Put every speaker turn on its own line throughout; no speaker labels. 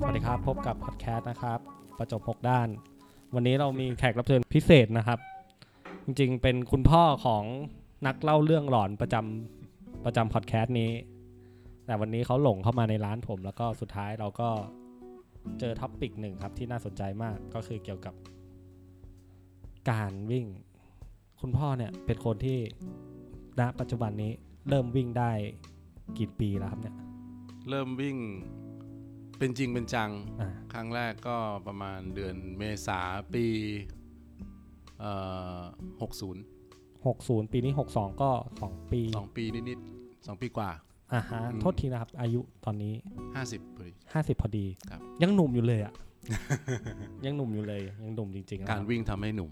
สวัสดีครับ พบกับพอดแคสต์นะครับ ประจบ6ด้าน วันนี้เรามีแขกรับเชิญพิเศษนะครับ จริงๆ เป็นคุณพ่อของนักเล่าเรื่องหลอนประจำประจำพอดแคสต์นี้ แต่วันนี้เขาหลงเข้ามาในร้านผม แล้วก็สุดท้ายเราก็เจอท็อปปิกหนึ่งครับที่น่าสนใจมากก็คือเกี่ยวกับ การวิ่ง คุณพ่อเนี่ยเป็นคนที่ณปัจจุบันนี้เริ่มวิ่งได้กี่ปีแล้วครับเนี่ย
เริ่มวิ่งเป็นจริงเป็นจัง
อ่า
ครั้งแรกก็ประมาณเดือนเมษาปีเอ่อ60
หกศูนย์ปีนี้หกสองก็สองปี
2 ปีนิดๆสองปีกว่า
อ่าฮะ
อืม
โทษทีนะครับ อายุตอนนี้
50พอดี
50 พอดี
ครับ
ยังหนุ่มอยู่ เลยอะ ยังหนุ่มอยู่เลย ยังหนุ่มจริงๆนะคบ
การวิ่งทำให้หนุ่ม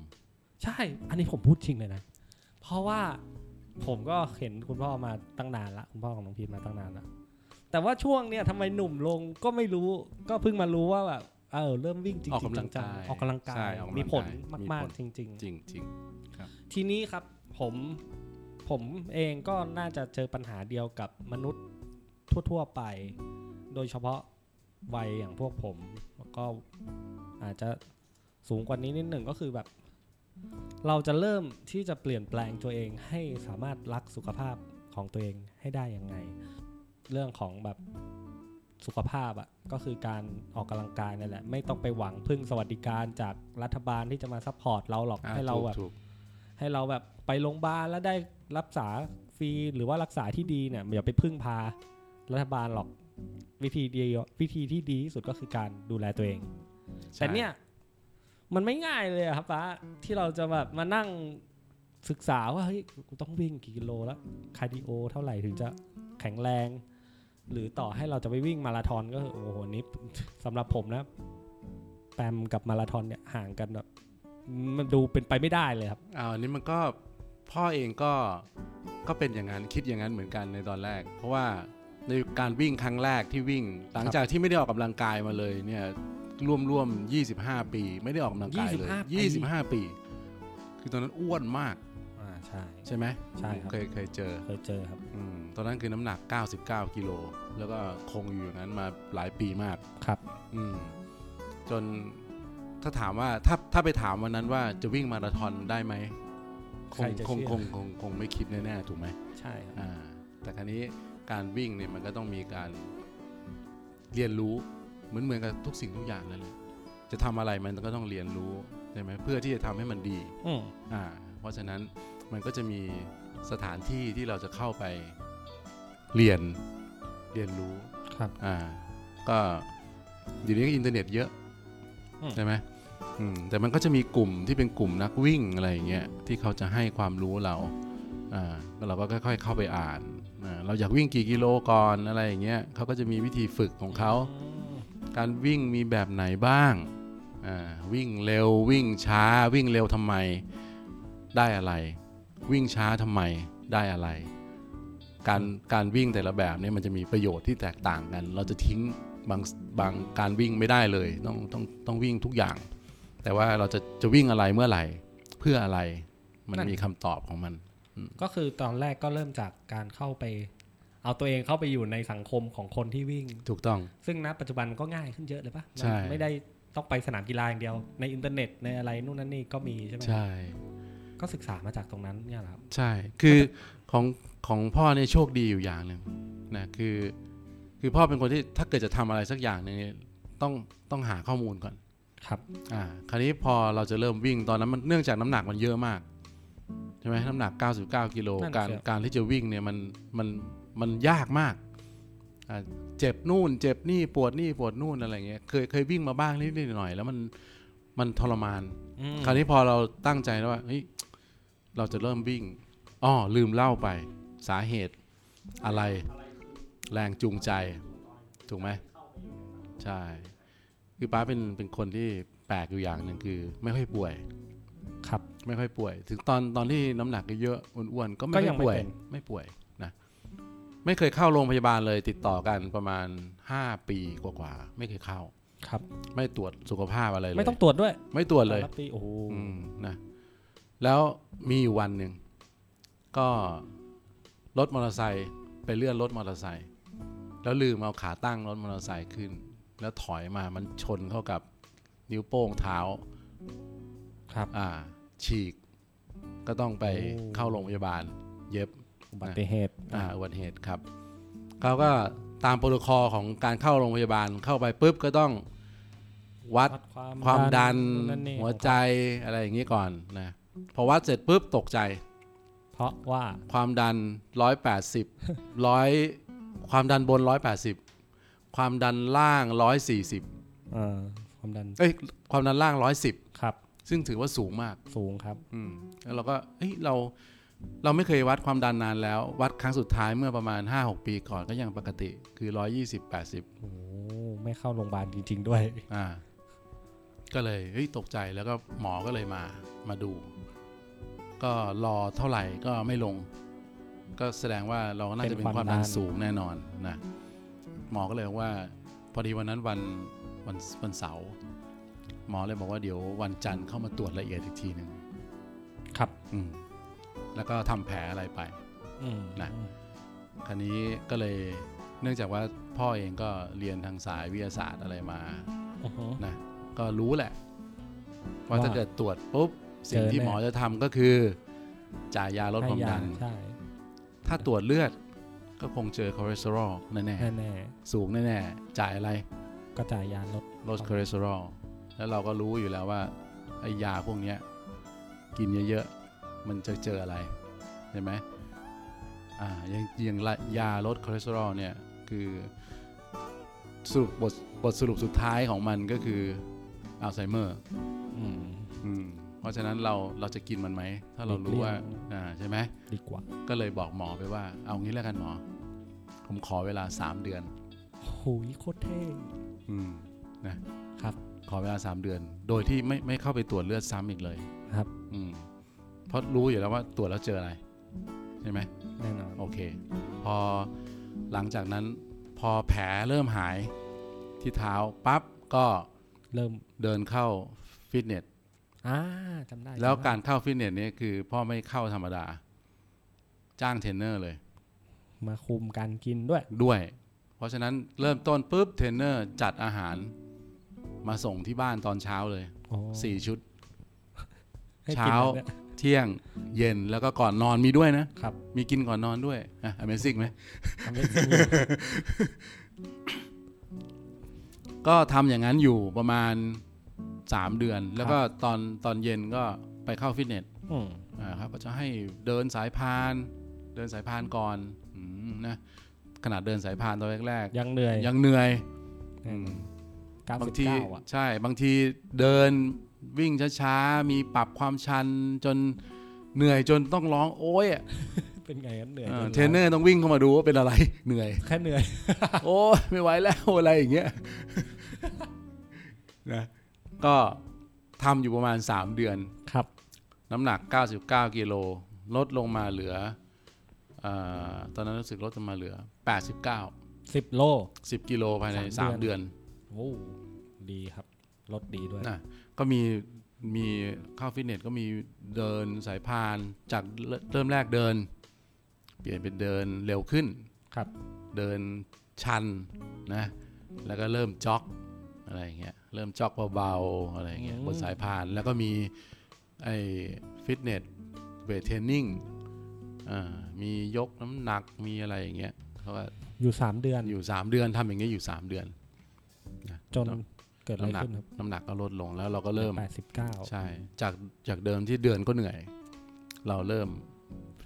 ใช่ อันนี้ผมพูดจริงเลยนะ เพราะว่าผมก็เห็นคุณพ่อมาตั้งนานละคุณพ่อของน้องพีทมาตั้งนานละแต่ว่าช่วงเนี้ยทำไมหนุ่มลงก็ไม่รู้ก็เพิ่งมารู้ว่าแบบเออเริ่มวิ่งจริงๆ
ออกกำลัง
จั
กาย
ๆออกกำลังกา
ใช่
ย
ออกกำลังกาย
มีผล
มี
มาก
ผล
ๆจริง ๆ
จริงจริง
ทีนี้ครับผมผมเองก็น่าจะเจอปัญหาเดียวกับมนุษย์ทั่ว ๆ ไป โดยเฉพาะวัยอย่างพวกผมแล้วก็อาจจะสูงกว่านี้นิดหนึ่งก็คือแบบ เราจะเริ่มที่จะเปลี่ยนแปลงตัวเองให้สามารถรักสุขภาพของตัวเองให้ได้ยังไง เรื่องของแบบสุขภาพอะ่ะก็คือการออกกำลังกายนั่นแหละ ไม่ต้องไปหวังพึ่งสวัสดิการจากรัฐบาลที่จะมาซัพพอร์ตเราหรอก
อ่ะ
ให้เรา
ถูก
แบบ
ถูก
ให้เราแบบไปโรงพยาบาลแล้วได้รักษาฟรีหรือว่ารักษาที่ดีเนี่ยอย่าไปพึ่งพารัฐบาลหรอกวิธีเดียววิธีที่ดีที่สุดก็คือการดูแลตัวเอง
ใช่
แต่เนี่ยมันไม่ง่ายเลยอะครับป้าที่เราจะแบบมานั่งศึกษาว่าเฮ้ยกูต้องวิ่งกี่กิโลแล้วคาร์ดิโอเท่าไหร่ถึงจะแข็งแรง หรือต่อให้เราจะไปวิ่งมาราธอนก็คือโอ้โหนี่ สำหรับผมนะแปมกับมาราธอนเนี่ยห่างกันแบบมันดูเป็นไปไม่ได้เลยครับ
อ่าอันนี้มันก็พ่อเองก็ก็เป็นอย่างนั้นคิดอย่างนั้นเหมือนกันในตอนแรก เพราะว่าในการวิ่งครั้งแรกที่วิ่ง หลังจากที่ไม่ได้ออกกำลังกายมาเลยเนี่ยรวมรวมๆ25 ปี ไม่ได้ออกกำลังกายเลย
25ปี
25 ปี คือตอนนั้นอ้วนมาก
อ่าใช่
ใช่ไหม
ใช่ครับ
เคยเคยเจอ
เคยเจอครับ
อืมตอนนั้นคือน้ำหนัก 99กิโลแล้วก็คงอยู่อย่างนั้นมาหลายปีมาก
ครับ
อืมจนถ้าถามว่าถ้าถ้าไปถามวันนั้นว่าจะวิ่งมาราธอนได้ไหมค
ใครง จะ
คง
เชื่อ
คงคงคงไม่คิดแน่ๆถูกไหม
ใช่ครับ
อ่า แต่คราวนี้การวิ่งเนี่ยมันก็ต้องมีการเรียนรู้เหมือนเหมือนกับทุกสิ่งทุกอย่างนั่นแหละจะทำอะไรมันก็ต้องเรียนรู้ใช่ไหมเพื่อที่จะทำให้มันดี
อืม
อ่า เพราะฉะนั้นมันก็จะมีสถานที่ที่เราจะเข้าไปเรียนเรียนรู้
ครับ
อ่าก็อยู่นี้ก็อินเทอร์เน็ตเยอะ
อืม
ใช่ไหมอืมแต่มันก็จะมีกลุ่มที่เป็นกลุ่มนักวิ่งอะไรอย่างเงี้ยที่เขาจะให้ความรู้เราอ่าแล้วเราก็ค่อยๆเข้าไปอ่านอ่าเราอยากวิ่งกี่กิโลก่อนอะไรอย่างเงี้ยเขาก็จะมีวิธีฝึกของเขา การวิ่งมีแบบไหนบ้างอ่าวิ่งเร็ววิ่งช้าวิ่งเร็วทำไมได้อะไร วิ่งช้าทำไมได้อะไร การการวิ่งแต่ละแบบเนี่ยมันจะมีประโยชน์ที่แตกต่างกัน เราจะทิ้งบางบางการวิ่งไม่ได้เลยต้องต้องต้องวิ่งทุกอย่าง แต่ว่าเราจะจะวิ่งอะไรเมื่อไหร่ เพื่ออะไรมัน
นั่น
มีคำตอบของมัน
ก็คือตอนแรกก็เริ่มจากการเข้าไป เอาตัวเองเข้าไปอยู่ในสังคมของคนที่วิ่ง
ถูกต้อง
ซึ่งณปัจจุบันก็ง่ายขึ้นเยอะเลยปะ
ใช่
มันไม่ได้ต้องไปสนามกีฬาอย่างเดียว ในอินเทอร์เน็ตในอะไรนู่นนั่นนี่ก็มีใช่ไหม
ใช่
ก็ศึกษามาจากตรงนั้นเนี่ยแหละครับ
ใช่ คือของของพ่อเนี่ยโชคดีอยู่อย่างหนึ่งนะ คือ คือพ่อเป็นคนที่ถ้าเกิดจะทำอะไรสักอย่างหนึ่งเนี่ยต้องต้องหาข้อมูลก่อน
ครับ
อ่า คราวนี้พอเราจะเริ่มวิ่งตอนนั้นมันเนื่องจากน้ำหนักมันเยอะมากใช่ไหมน้ำหนัก 99กิโล
นั่นสิ
การการที่จะวิ่งเนี่ยมันมันมันยากมากอ่าเจ็บนู่น เจ็บนี่ปวดนี่ปวดนู่นอะไรเงี้ย เคยเคยวิ่งมาบ้างนิดๆหน่อยๆแล้วมันมันทรมาน
อืม
คราวนี้พอเราตั้งใจแล้วว่าเฮ้ยเราจะเริ่มวิ่งอ้อลืมเล่าไปสาเหตุ อะไรแรงจูงใจ ถูกไหมใช่ คือป้าเป็นเป็นคนที่แปลกอยู่อย่างหนึ่งคือ ไม่ค่อยป่วย
ครับ
ไม่ค่อยป่วย ถึงตอนตอนที่น้ำหนักเยอะๆอ้วนๆก็ไม่
ก็
ค่
ยั
อง ย
ไม่
ป่วย
เป็น
ไม่ป่วยนะไม่เคยเข้าโรงพยาบาลเลยติดต่อกันประมาณ 5 ปีกว่าๆไม่เคยเข้า
ครับ
ไม่ตรวจสุขภาพอะไรเลย
ไม่ต้องตรวจด้วย
ไม่ตรวจเลย
รับปีโอ้โห
อืมนะแล้วมีอยู่วันหนึ่ง ก็รถมอเตอร์ไซค์ไปเลื่อนรถมอเตอร์ไซค์แล้วลืมเอาขาตั้งรถมอเตอร์ไซค์ขึ้น แล้วถอยมามันชนเข้ากับนิ้วโป้งเท้า
ครับ
อ่า ฉีก ก็ต้องไป
โอ้
เข้าโรงพยาบาล เย็บ
อุบัติเหตุ
อ่าอุบัติเหตุครับเขาก็ตามโปรโตคอลของการเข้าโรงพยาบาลเข้าไปปุ๊บก็ต้องวัด
วัดความ
ความดัน
นนี่
หัวใจอะไรอย่างนี้ก่อนนะพอวัดเสร็จปุ๊บตกใจ
เพราะว่า
ความดัน 180 100 ความดันบน 180 ความดันล่าง 140
เออความดัน
เอ้ยความดันล่าง
ครับ
110 ซึ่งถือว่าสูงมาก
สูงครับ
อืมแล้วเราก็เอ้ยเราเราไม่เคยวัดความดันนานแล้ว วัดครั้งสุดท้ายเมื่อประมาณ 5-6 ปีก่อนก็ยังปกติคือ 120 80
โอ้โหไม่เข้าโรงพยาบาลจริง ๆ ด้วย
อ่าก็เลยเฮ้ยตกใจแล้วก็หมอก็เลยมามาดู ก็รอเท่าไหร่ก็ไม่ลง ก็แสดงว่าเราน่าจะเป็น
เป็นควา
คาว
ม มดั
ดั
น
นสูงแน่นอนนะหมอก็เลยบอกว่า พอดีวันนั้นวันวันวันเสาร์หมอเลยบอกว่าเดี๋ยววันจันทร์เข้ามาตรวจละเอียดอีกทีหนึ่ง
ครับ
อืมแล้วก็ทำแผลอะไรไป
อืม
นะ คราวนี้ก็เลยเนื่องจากว่าพ่อเองก็เรียนทางสายวิทยาศาสตร์อะไรมา
อือฮึ
นะก็รู้แหละ ว่า
ว่า
ถ้าเกิดตรวจปุ๊บ สิ่ง
เจอ
ที่
แน่
หมอจะทำก็คือ จ่ายยาลดความดัน
ให้ยใช่
ถ้าตรวจเลือดก็คงเจอคอเลสเตอรอลแน่
แน่
ๆสูงแน่ๆจ่ายอะไร
ๆก็จ่ายยาลด
ลดคอเลสเตอรอลแล้วเราก็รู้อยู่แล้วว่าไอ้ยาพวกเนี้ยกินเยอะๆ มันจะเจออะไรเห็นไหมอ่าอย่างอย่างละยาลดคอเลสเตอรอลเนี่ยคือสรุปบทบทสรุปสุดท้ายของมันก็คืออัลไซเมอร์
อืม
อืมเพราะฉะนั้นเราเราจะกินมันไหม ถ้าเรารู้ว่า
หลีกเลี่ยง
อ่าใช่ไหม
ดีกว่า
ก็เลยบอกหมอไปว่า เอางี้แล้วกันหมอ ผมขอเวลา 3 เดือน
โหยโคตรเท่
อืมนะครับ ขอเวลา 3 เดือน โดยที่ไม่ไม่เข้าไปตรวจเลือดซ้ำอีกเลย
ครับ
อืมเพราะรู้อยู่แล้วว่าตรวจแล้วเจออะไร ใช่ไหม
แน่นอน
โอเค พอหลังจากนั้น พอแผลเริ่มหายที่เท้าปั๊บก็
เริ่ม
เดินเข้าฟิตเนส
อ่าจำได้
แล้ว
จำได้
การเข้าฟิตเนสเนี่ยคือพ่อไม่เข้าธรรมดา จ้างเทรนเนอร์เลย
มาคุมการกินด้วย
ด้วย เพราะฉะนั้นเริ่มต้นปุ๊บเทรนเนอร์จัดอาหารมาส่งที่บ้านตอนเช้าเลย
อ๋อ
สี่ชุด
ให้
เช้า
กินแบบนี้ย
เที่ยงเย็นแล้วก็ก่อนนอนมีด้วยนะ
ครับ
มีกินก่อนนอนด้วยอ่ะ Amazing ไหม
ทำให้กินเลย
ก็ทำอย่างนั้นอยู่ประมาณ 3 เดือน แล้วก็ตอนตอนเย็นก็ไปเข้าฟิตเนส
อืม
อ่าครับก็จะให้เดินสายพาน เดินสายพานก่อนอืมนะขนาดเดินสายพานตอนแรก
ยังเหนื่อย
ๆยังเหนื่อย
อืม
อืม
เก้า
บา
สิ
ง
บ
ที
เก้าอ่ะ
ใช่บางทีเดินวิ่งช้าๆ มีปรับความชันจนเหนื่อยจนต้องร้องโอ้ยอะ
เป็นไงครับเหนื่อย
เออ
จ
เทรนเนอร์ต้องวิ่งเข้ามาดูว่าเป็นอะไร เหนื่อย
แค่เหนื่อย
โอ้ยไม่ไหวแล้ว อะไรอย่างเงี้ยนะก็ทำอยู่ประมาณ 3 เดือน
ครับ
น้ำหนัก 99 กิโล ลดลงมาเหลือเออตอนนั้นรู้สึกลดลงมาเหลือ 89
สิบโล
10 กิโลภายใน
สาม
3
เดื
เดือ
อน น โอ้ดีครับลดดีด้วย
นะก็มีมีเข้าฟิตเนสก็มีเดินสายพาน จากเริ่มเริ่มแรกเดิน เปลี่ยนเป็นเดินเร็วขึ้น
ครับ
เดินชันนะแล้วก็เริ่มจ็อกอะไรอย่างเงี้ยเริ่มจ็อกเบาๆอะไรอย่างเงี้ย
อืม
บนสายพานแล้วก็มีไอ้ฟิตเนสเวทเทรนนิ่งอ่ามียกน้ำหนักมีอะไรอย่างเงี้ยเขาก็
อยู่สามเดือน
อยู่ 3 เดือนทำอย่างเงี้ยอยู่ 3 เดือน
จนเกิดอะไร
น้ำหนัก
ขึ้นครับ
น้ำหนักก็ลดลงแล้วเราก็เริ่ม
แปดสิบเก้า
ใช่จากจากเดิมที่เดือนก็เหนื่อย เราเริ่ม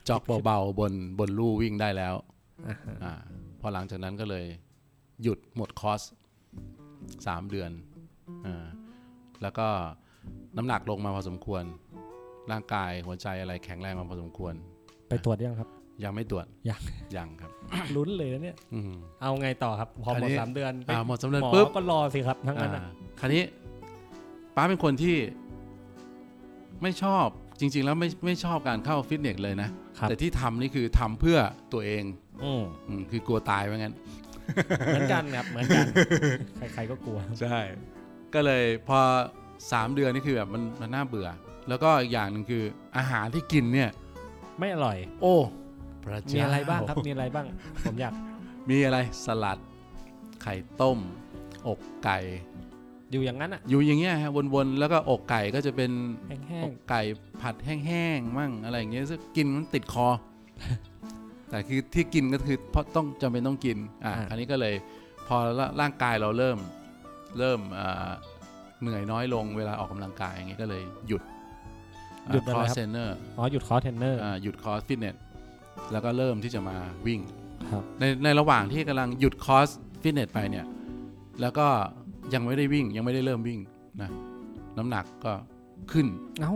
จ็อกเบาๆบนบนลู่วิ่งได้แล้ว
อ่าฮะ
อาพอหลังจากนั้นก็เลยหยุดหมดคอร์สสามเดือนอาแล้วก็น้ำหนักลงมาพอสมควร ร่างกายหัวใจอะไรแข็งแรงมาพอสมควร
ไปตรวจยังครับ
ยังไม่ตรวจ
ยัง
ยังครับ
ลุ้นเลยนะเนี่ย
อืม
เอาไงต่อครับ พอหมด
อันนี้
สามเดือนไป
อ่าหมดสำเร็จ
หมอ
ปุ๊บ
ก็รอสิครับทั้งนั้น
อ่า
อะ
คราวนี้ป้าเป็นคนที่ไม่ชอบจริง ๆ แล้วไม่ไม่ชอบการเข้าฟิตเนสเลยนะ
ครับ
แต่ที่ทำนี่คือทำเพื่อตัวเอง
อืม
อืมคือกลัวตายว่างั้น
เหมือนกันครับเหมือน กันใครๆก็กลัว
ใช่ ก็เลยพอ 3 เดือนนี่คือแบบมันมันน่าเบื่อ แล้วก็อีกอย่างหนึ่งคืออาหารที่กินเนี่ย
ไม่อร่อย
โอ้พระเจ้า
มี
มี
อะไรบ้างครับ มีอะไรบ้าง ผมอยาก
มีอะไรสลัด ไข่ต้ม อกไก่
อยู่อย่างนั้นอะ
อยู่อย่างเงี้ยฮะวนๆแล้วก็อกไก่ก็จะเป็น
แห้
อง กไก่ผัดแห้งๆมั่งอะไรอย่างเงี้ยซึ่งกินมันติดคอ แต่คือที่กินก็คือเพราะต้องจำเป็นต้องกินอ่ะอันนี้ก็เลยพอละร่างกายเราเริ่มเริ่มอ่าเหนื่อยน้อยลงเวลาออกกำลังกายอย่างเงี้ยก็เลยหยุด
หยุด
ค
อะ
อ
ไร
ร์
ครับ
เซนเนอร์
อ๋อหยุดคอร์สเทรนเนอร์
หยุดคอร์สฟิตเนสแล้วก็เริ่มที่จะมาวิ่ง
ครับ
ในในระหว่างที่กำลังหยุดคอร์สฟิตเนสไปเนี่ย แล้วก็ยังไม่ได้วิ่งยังไม่ได้เริ่มวิ่งนะน้ำหนักก็ขึ้น
เอ้า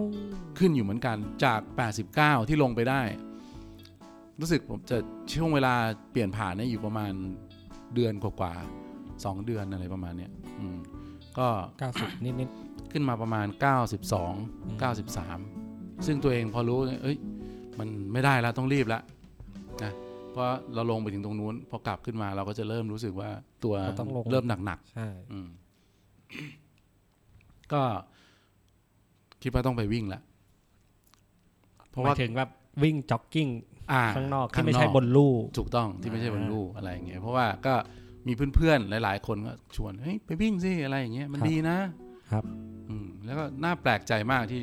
ขึ้นอยู่เหมือนกันจาก 89 ที่ลงไปได้ รู้สึกผมจะช่วงเวลาเปลี่ยนผ่านเนี่ยอยู่ประมาณเดือนกว่าๆสองเดือนอะไรประมาณเนี้ยอืมก็
เก้าสิบนิด
ขึ้นมาประมาณ 92 93 ซึ่งตัวเองพอรู้เอ้ยมันไม่ได้แล้วต้องรีบแล้วนะเพราะเราลงไปถึงตรงนู้น พอกลับขึ้นมาเราก็จะเริ่มรู้สึกว่าตัว
เราต้องลง
เริ่มหนักๆ
ๆ ใช่
อืม ก็คิดว่าต้องไปวิ่งละเพราะ
หมา
ว่าย
ถึงแบบวิ่งจ็อกกิ้ง
อ่
ข้างนอกที่ไม่ใช่บนลู่
ถูกต้องที่ไม่ใช่บน
อ่า
ลู่อะไรอย่างเงี้ยเพราะว่าก็มีเพื่อนๆหลาย ๆ คนก็ชวนเฮ้ยไปวิ่งสิอะไรอย่างเงี้ยมัน
ครับ
ดีนะครับ อืม แล้วก็น่าแปลกใจมากที่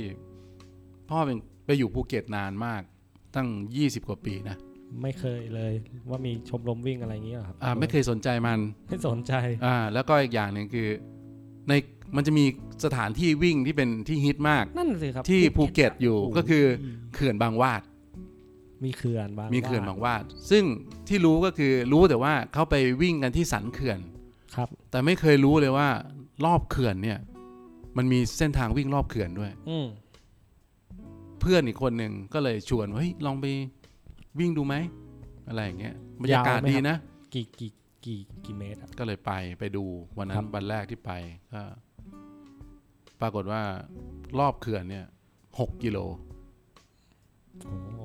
พ่อเป็นไปอยู่ภูเก็ตนานมาก ตั้งยี่สิบกว่าปีนะ
ไม่เคยเลย ว่ามีชมรมวิ่งอะไรอย่างเงี้ยหรอครับ
อ่า ไม่เคยสนใจมัน
ไม่สนใจ
อ่า แล้วก็อีกอย่างหนึ่งคือ ในมันจะมีสถานที่วิ่งที่เป็นที่ฮิตมาก
นั่นสิครับ
ที่ภูเก็ตอยู่
โโห
ก็คือ เขื่อนบางวาด
มีเขื่อนบาง
มีเขื่อน
ว่
บางวาด ซึ่งที่รู้ก็คือรู้แต่ว่าเขาไปวิ่งกันที่สันเขื่อน
ครับ
แต่ไม่เคยรู้เลยว่ารอบเขื่อนเนี่ย มันมีเส้นทางวิ่งรอบเขื่อนด้วย
อืม
เพื่อนอีกคนหนึ่งก็เลยชวนว่าเฮ้ยลองไปวิ่งดูไหมอะไรอย่างเงี้ยบรรยากาศดีนะ
กี่กี่กี่กี่เมตรอะ
ก็เลยไปไปดูวันนั้
ครั
น
บ
วันแรกที่ไปก็ปรากฏว่ารอบเขื่อนเนี่ยหกกิโล
โอ้โห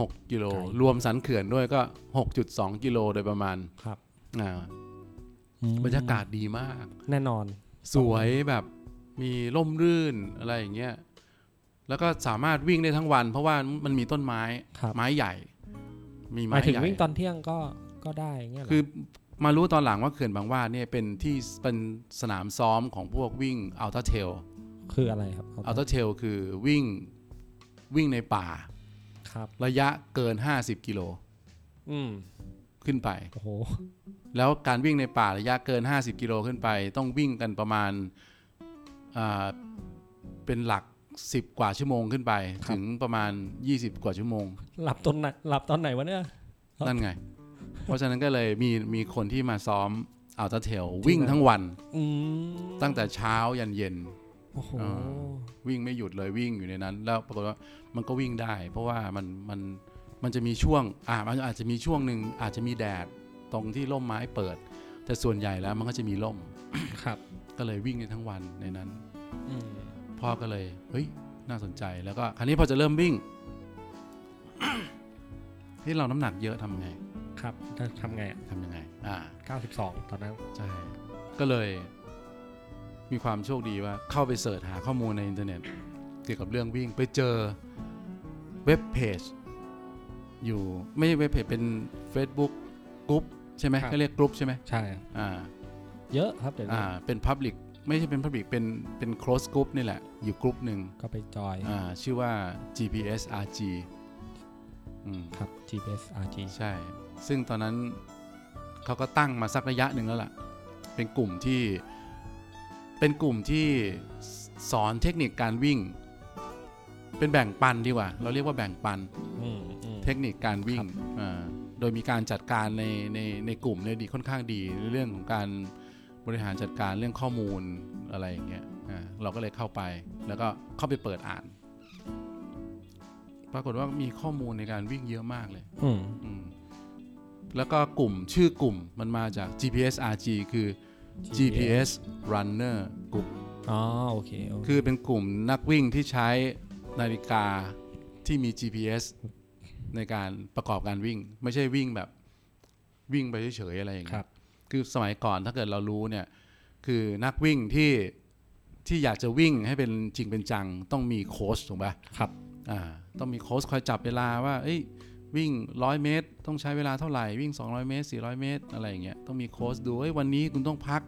หกกิโล
ไกล
รวมสันเขื่อนด้วยก็หกจุดสองกิโลโดยประมาณ
ครับ
อ่า
อืม
บรรยากาศดีมาก
แน่นอน
สวยแบบมีร่มรื่นอะไรอย่างเงี้ย แล้วก็สามารถวิ่งได้ทั้งวัน เพราะว่ามันมีต้นไม้
ครับ
ไม้ใหญ่ มี
ห
ไม้
มายถึง
ใหญ่
วิ่งตอนเที่ยงก็ก็ได้อย่างเงี้ยเหรอ
คือมารู้ตอนหลังว่าเขื่อนบางว่าเนี่ยเป็นที่เป็นสนามซ้อมของพวกวิ่งอัลต a าเทล
คืออะไรครับ
อัลต a าเทลคือวิ่งวิ่งในป่า
ครับ
ระยะเกิน 50 กิโล
อืม
ขึ้นไป
โอ้โห
แล้วการวิ่งในป่าระยะเกิน 50 กิโลขึ้นไป ต้องวิ่งกันประมาณอ่าเป็นหลัก 10 กว่าชั่วโมงขึ้นไป
ครับ
ถึงประมาณ 20 กว่าชั่วโมง
หลับตอนไหนหลับตอนไหนวะเนี่ย ครับ
นั่นไง เพราะฉะนั้นก็เลยมีมีคนที่มาซ้อมอัลต a าเทล
ที่
วิ่งทั้งวัน
อืม
ตั้งแต่เช้ายันเย็น
โอ้โห
อ่ วิ่งไม่หยุดเลยวิ่งอยู่ในนั้น แล้วปรากฏว่ามันก็วิ่งได้ เพราะว่ามันมันมันจะมีช่วงอ่ามันอาจจะมีช่วงหนึ่งอาจจะมีแดดตรงที่ร่มไม้เปิด แต่ส่วนใหญ่แล้วมันก็จะมีร่ม
ครับ
ก็เลยวิ่งในทั้งวันในนั้น
อืม
พ่อก็เลย เฮ้ย น่าสนใจแล้วก็คราวนี้พอจะเริ่มวิ่ง ที่เราน้ำหนักเยอะทำไง
ครับจะทำไงอ่ะ
ทำยังไง อ่า
92 ตอนนั้น
ใช่ ก็เลย มีความโชคดีว่าเข้าไปเสิร์ชหาข้อมูลในอินเทอร์เน็ต เกี่ยวกับเรื่องวิ่งไปเจอเว็บเพจอยู่ไม่ใช่เว็บเพจเป็น Facebook กรุ๊ปใช่ไหม
ครับ
ก็เรียกกรุ๊ปใช่ไหม
ใช่
อ่า
เยอะครับเดี๋ยวนี้
อ่า เป็น Public ไม่ใช่เป็น Public เป็นเป็น close group นี่แหละ อยู่กรุ๊ปหนึ่ง
ก็ไปจอย
อ่าชื่อว่า GPS RG อืม
ครับ GPS RG
ใช่ ซึ่งตอนนั้นเขาก็ตั้งมาสักระยะหนึ่งแล้วล่ะ เป็นกลุ่มที่ เป็นกลุ่มที่สอนเทคนิคการวิ่ง เป็นแบ่งปันดีกว่า เราเรียกว่าแบ่งปัน
อืมอืม
เทคนิคการวิ่งอ่าโดยมีการจัดการในในในกลุ่มเนี่ยดีค่อนข้างดีในเรื่องของการบริหารจัดการเรื่องข้อมูลอะไรอย่างเงี้ยอ่าเราก็เลยเข้าไปแล้วก็เข้าไปเปิดอ่าน ปรากฏว่ามีข้อมูลในการวิ่งเยอะมากเลย
อืม
อืมแล้วก็กลุ่มชื่อกลุ่มมันมาจาก GPS RG คือ GPS Runner กลุ่ม
อ๋อโอเคโอเค
คือเป็นกลุ่มนักวิ่งที่ใช้นาฬิกาที่มี GPS ในการประกอบการวิ่ง ไม่ใช่วิ่งแบบวิ่งไปเฉยๆอะไรอย่า
ค
งเงี้
รับ
ยคือสมัยก่อนถ้าเกิดเรารู้เนี่ย คือนักวิ่งที่ที่อยากจะวิ่งให้เป็นจริงเป็นจัง ต้องมีโค้ชถูกปะ
ครับ
อ่าต้องมีโค้ชคอยจับเวลาว่าเอ้ยวิ่ง 100 เมตร ต้องใช้เวลาเท่าไหร่วิ่ง 200 เมตร 400 เมตร อะไรอย่างเงี้ยต้องมีโค้ชดูเอ้ยวันนี้คุณต้องพัก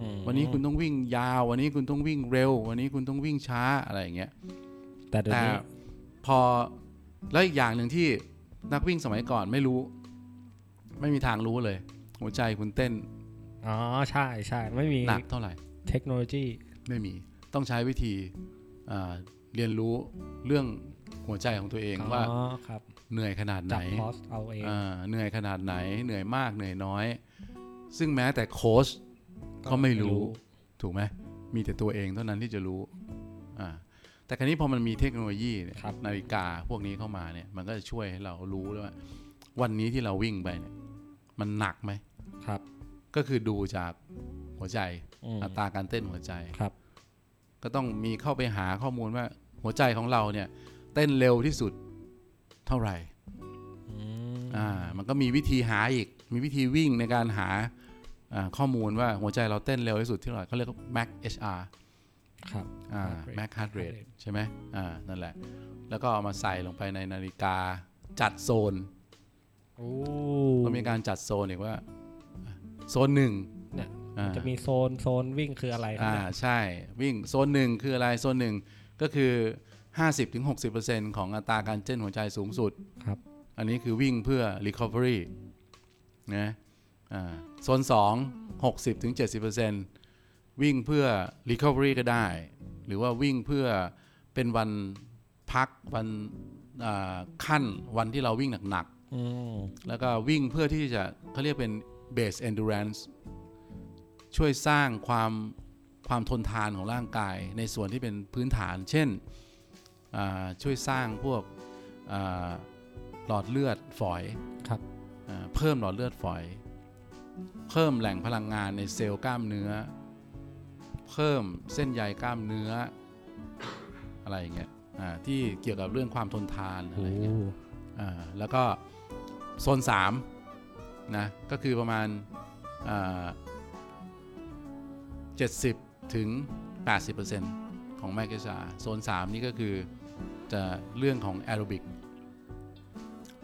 อืม
วันนี้คุณต้องวิ่งยาว วันนี้คุณต้องวิ่งเร็ว วันนี้คุณต้องวิ่งช้าอะไรอย่างเงี้ย
แต่เดี๋ยว
แต่
นี้
พอแล้วอีกอย่างหนึ่งที่นักวิ่งสมัยก่อนไม่รู้ ไม่มีทางรู้เลย หัวใจคุณเต้น
อ๋อใช่ใช่ไม่มี
หนักเท่าไหร่
เทคโนโลยี
ไม่มีต้องใช้วิธีอ่าเรียนรู้เรื่องหัวใจของตัวเองว่า
อ๋อครับ
เหนื่อยขนาดไหน
จับพอสเอาเอง
อ่าเหนื่อยขนาดไหนเหนื่อยมากเหนื่อยน้อย ซึ่งแม้แต่โค้ชก็ไม่รู้ถูกไหมมีแต่ตัวเองเท่านั้นที่จะรู้อ่าแต่คราวนี้พอมันมีเทคโนโลยีเนี่ย
ครับ
นาฬิกาพวกนี้เข้ามาเนี่ยมันก็จะช่วยให้เรารู้ด้วยว่าวันนี้ที่เราวิ่งไปเนี่ยมันหนักไหม
ครับ
ก็คือดูจากหัวใจ
อืม
อัตราการเต้นหัวใจ
ครับ
ก็ต้องมีเข้าไปหาข้อมูลว่าหัวใจของเราเนี่ยเต้นเร็วที่สุดเท่าไหร่
อืม
อ่ามันก็มีวิธีหาอีก มีวิธีวิ่งในการหาอ่าข้อมูลว่าหัวใจเราเต้นเร็วที่สุดที่เท่าไหร่เขาเรียกว่า max HR
ครับ
อ่า
Heart rate
max heart
Heart
rate
rate
ใช่ไหมอ่านั่นแหละ แล้วก็เอามาใส่ลงไปในนาฬิกาจัดโซน
โอ้
ก็มีการจัดโซนอีกว่า โซนหนึ่ง
เนี่ย
อ่า
จะมีโซนโซนวิ่งคืออะไรครับ
อ่า
เนี่ย
ใช่ วิ่งโซนหนึ่งคืออะไรโซนหนึ่งก็คือ 50-60%ของอัตราการเต้นหัวใจสูงสุด
ครับ
อันนี้คือวิ่งเพื่อ recovery นะอ่าโซน2 60ถึง70%วิ่งเพื่อ recovery ก็ได้ หรือว่าวิ่งเพื่อเป็นวันพักวันอ่าขั้นวันที่เราวิ่งหนัก
อืม
ๆ แล้วก็วิ่งเพื่อที่จะเขาเรียกเป็น base endurance ช่วยสร้างความความทนทานของร่างกายในส่วนที่เป็นพื้นฐาน เช่นอ่าช่วยสร้างพวกอ่าหลอดเลือดฝอย
ครับ
อ่าเพิ่มหลอดเลือดฝอย เพิ่มแหล่งพลังงานในเซลล์กล้ามเนื้อ เพิ่มเส้นใยกล้ามเนื้ออะไรอย่างเงี้ยอ่าที่เกี่ยวกับเรื่องความทนทานอะไร
โอ้
อย่างเงี้ยอ่าแล้วก็โซน3นะก็คือประมาณเจ็ดสิบถึง 80%ของแมกกาซาโซน 3 นี่ก็คือจะเรื่องของแอโรบิก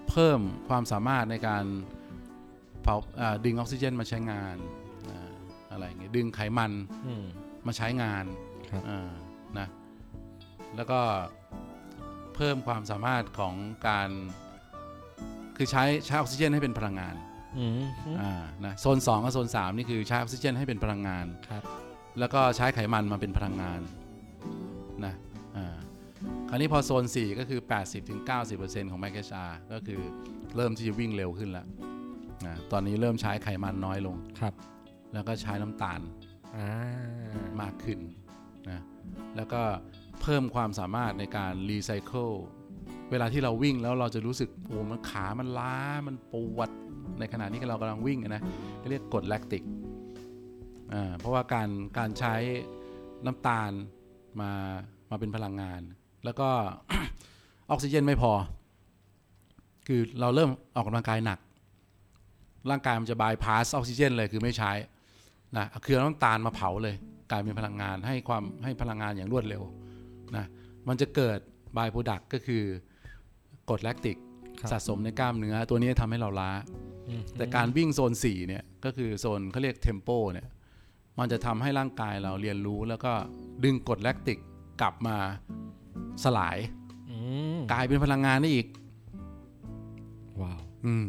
เพิ่มความสามารถในการเผาอ่าดึงออกซิเจนมาใช้งานอ่าอะไรอย่างเงี้ยดึงไขมัน
อืม
มาใช้งาน
ครับ
อ่านะแล้วก็เพิ่มความสามารถของการคือใช้ใช้ออกซิเจนให้เป็นพลังงาน
อืม
อ่านะโซน 2 กับโซน 3 นี่คือใช้ออกซิเจนให้เป็นพลังงาน
ครับ
แล้วก็ใช้ไขมันมาเป็นพลังงานนะอ่าคราวนี้พอโซน 4 ก็คือ 80-90%ของแมกชาก็คือเริ่มที่จะวิ่งเร็วขึ้นแล้วนะตอนนี้เริ่มใช้ไขมันน้อยลง
ครับ
แล้วก็ใช้น้ำตาล
อ่าม
ากขึ้นนะแล้วก็เพิ่มความสามารถในการรีไซเคิลเวลาที่เราวิ่งแล้วเราจะรู้สึกโอ้มันขามันล้ามันปวดในขณะที่เรากำลังวิ่งอะนะเรียกกรดแลคติกอ่าเพราะว่าการการใช้น้ำตาลมามาเป็นพลังงาน แล้วก็ ออกซิเจนไม่พอ คือเราเริ่มออกกำลังกายหนัก ร่างกายมันจะบายพาสออกซิเจนเลยคือไม่ใช้ นะเอาเครือน้ำตาลมาเผาเลยกลายเป็นพลังงานให้ความให้พลังงานอย่างรวดเร็วนะมันจะเกิดบายโปรดักก็คือกรดแลคติก
ครับ
สะสมในกล้ามเนื้อ ตัวนี้ทำให้เราล้า
อืม
แต่การวิ่งโซน 4 เนี่ย ก็คือโซนเขาเรียกเทมโปเนี่ย มันจะทำให้ร่างกายเราเรียนรู้แล้วก็ดึงกรดแลคติกกลับมาสลาย
อืม
กลายเป็นพลังงานได้อีก
ว้าว
อืม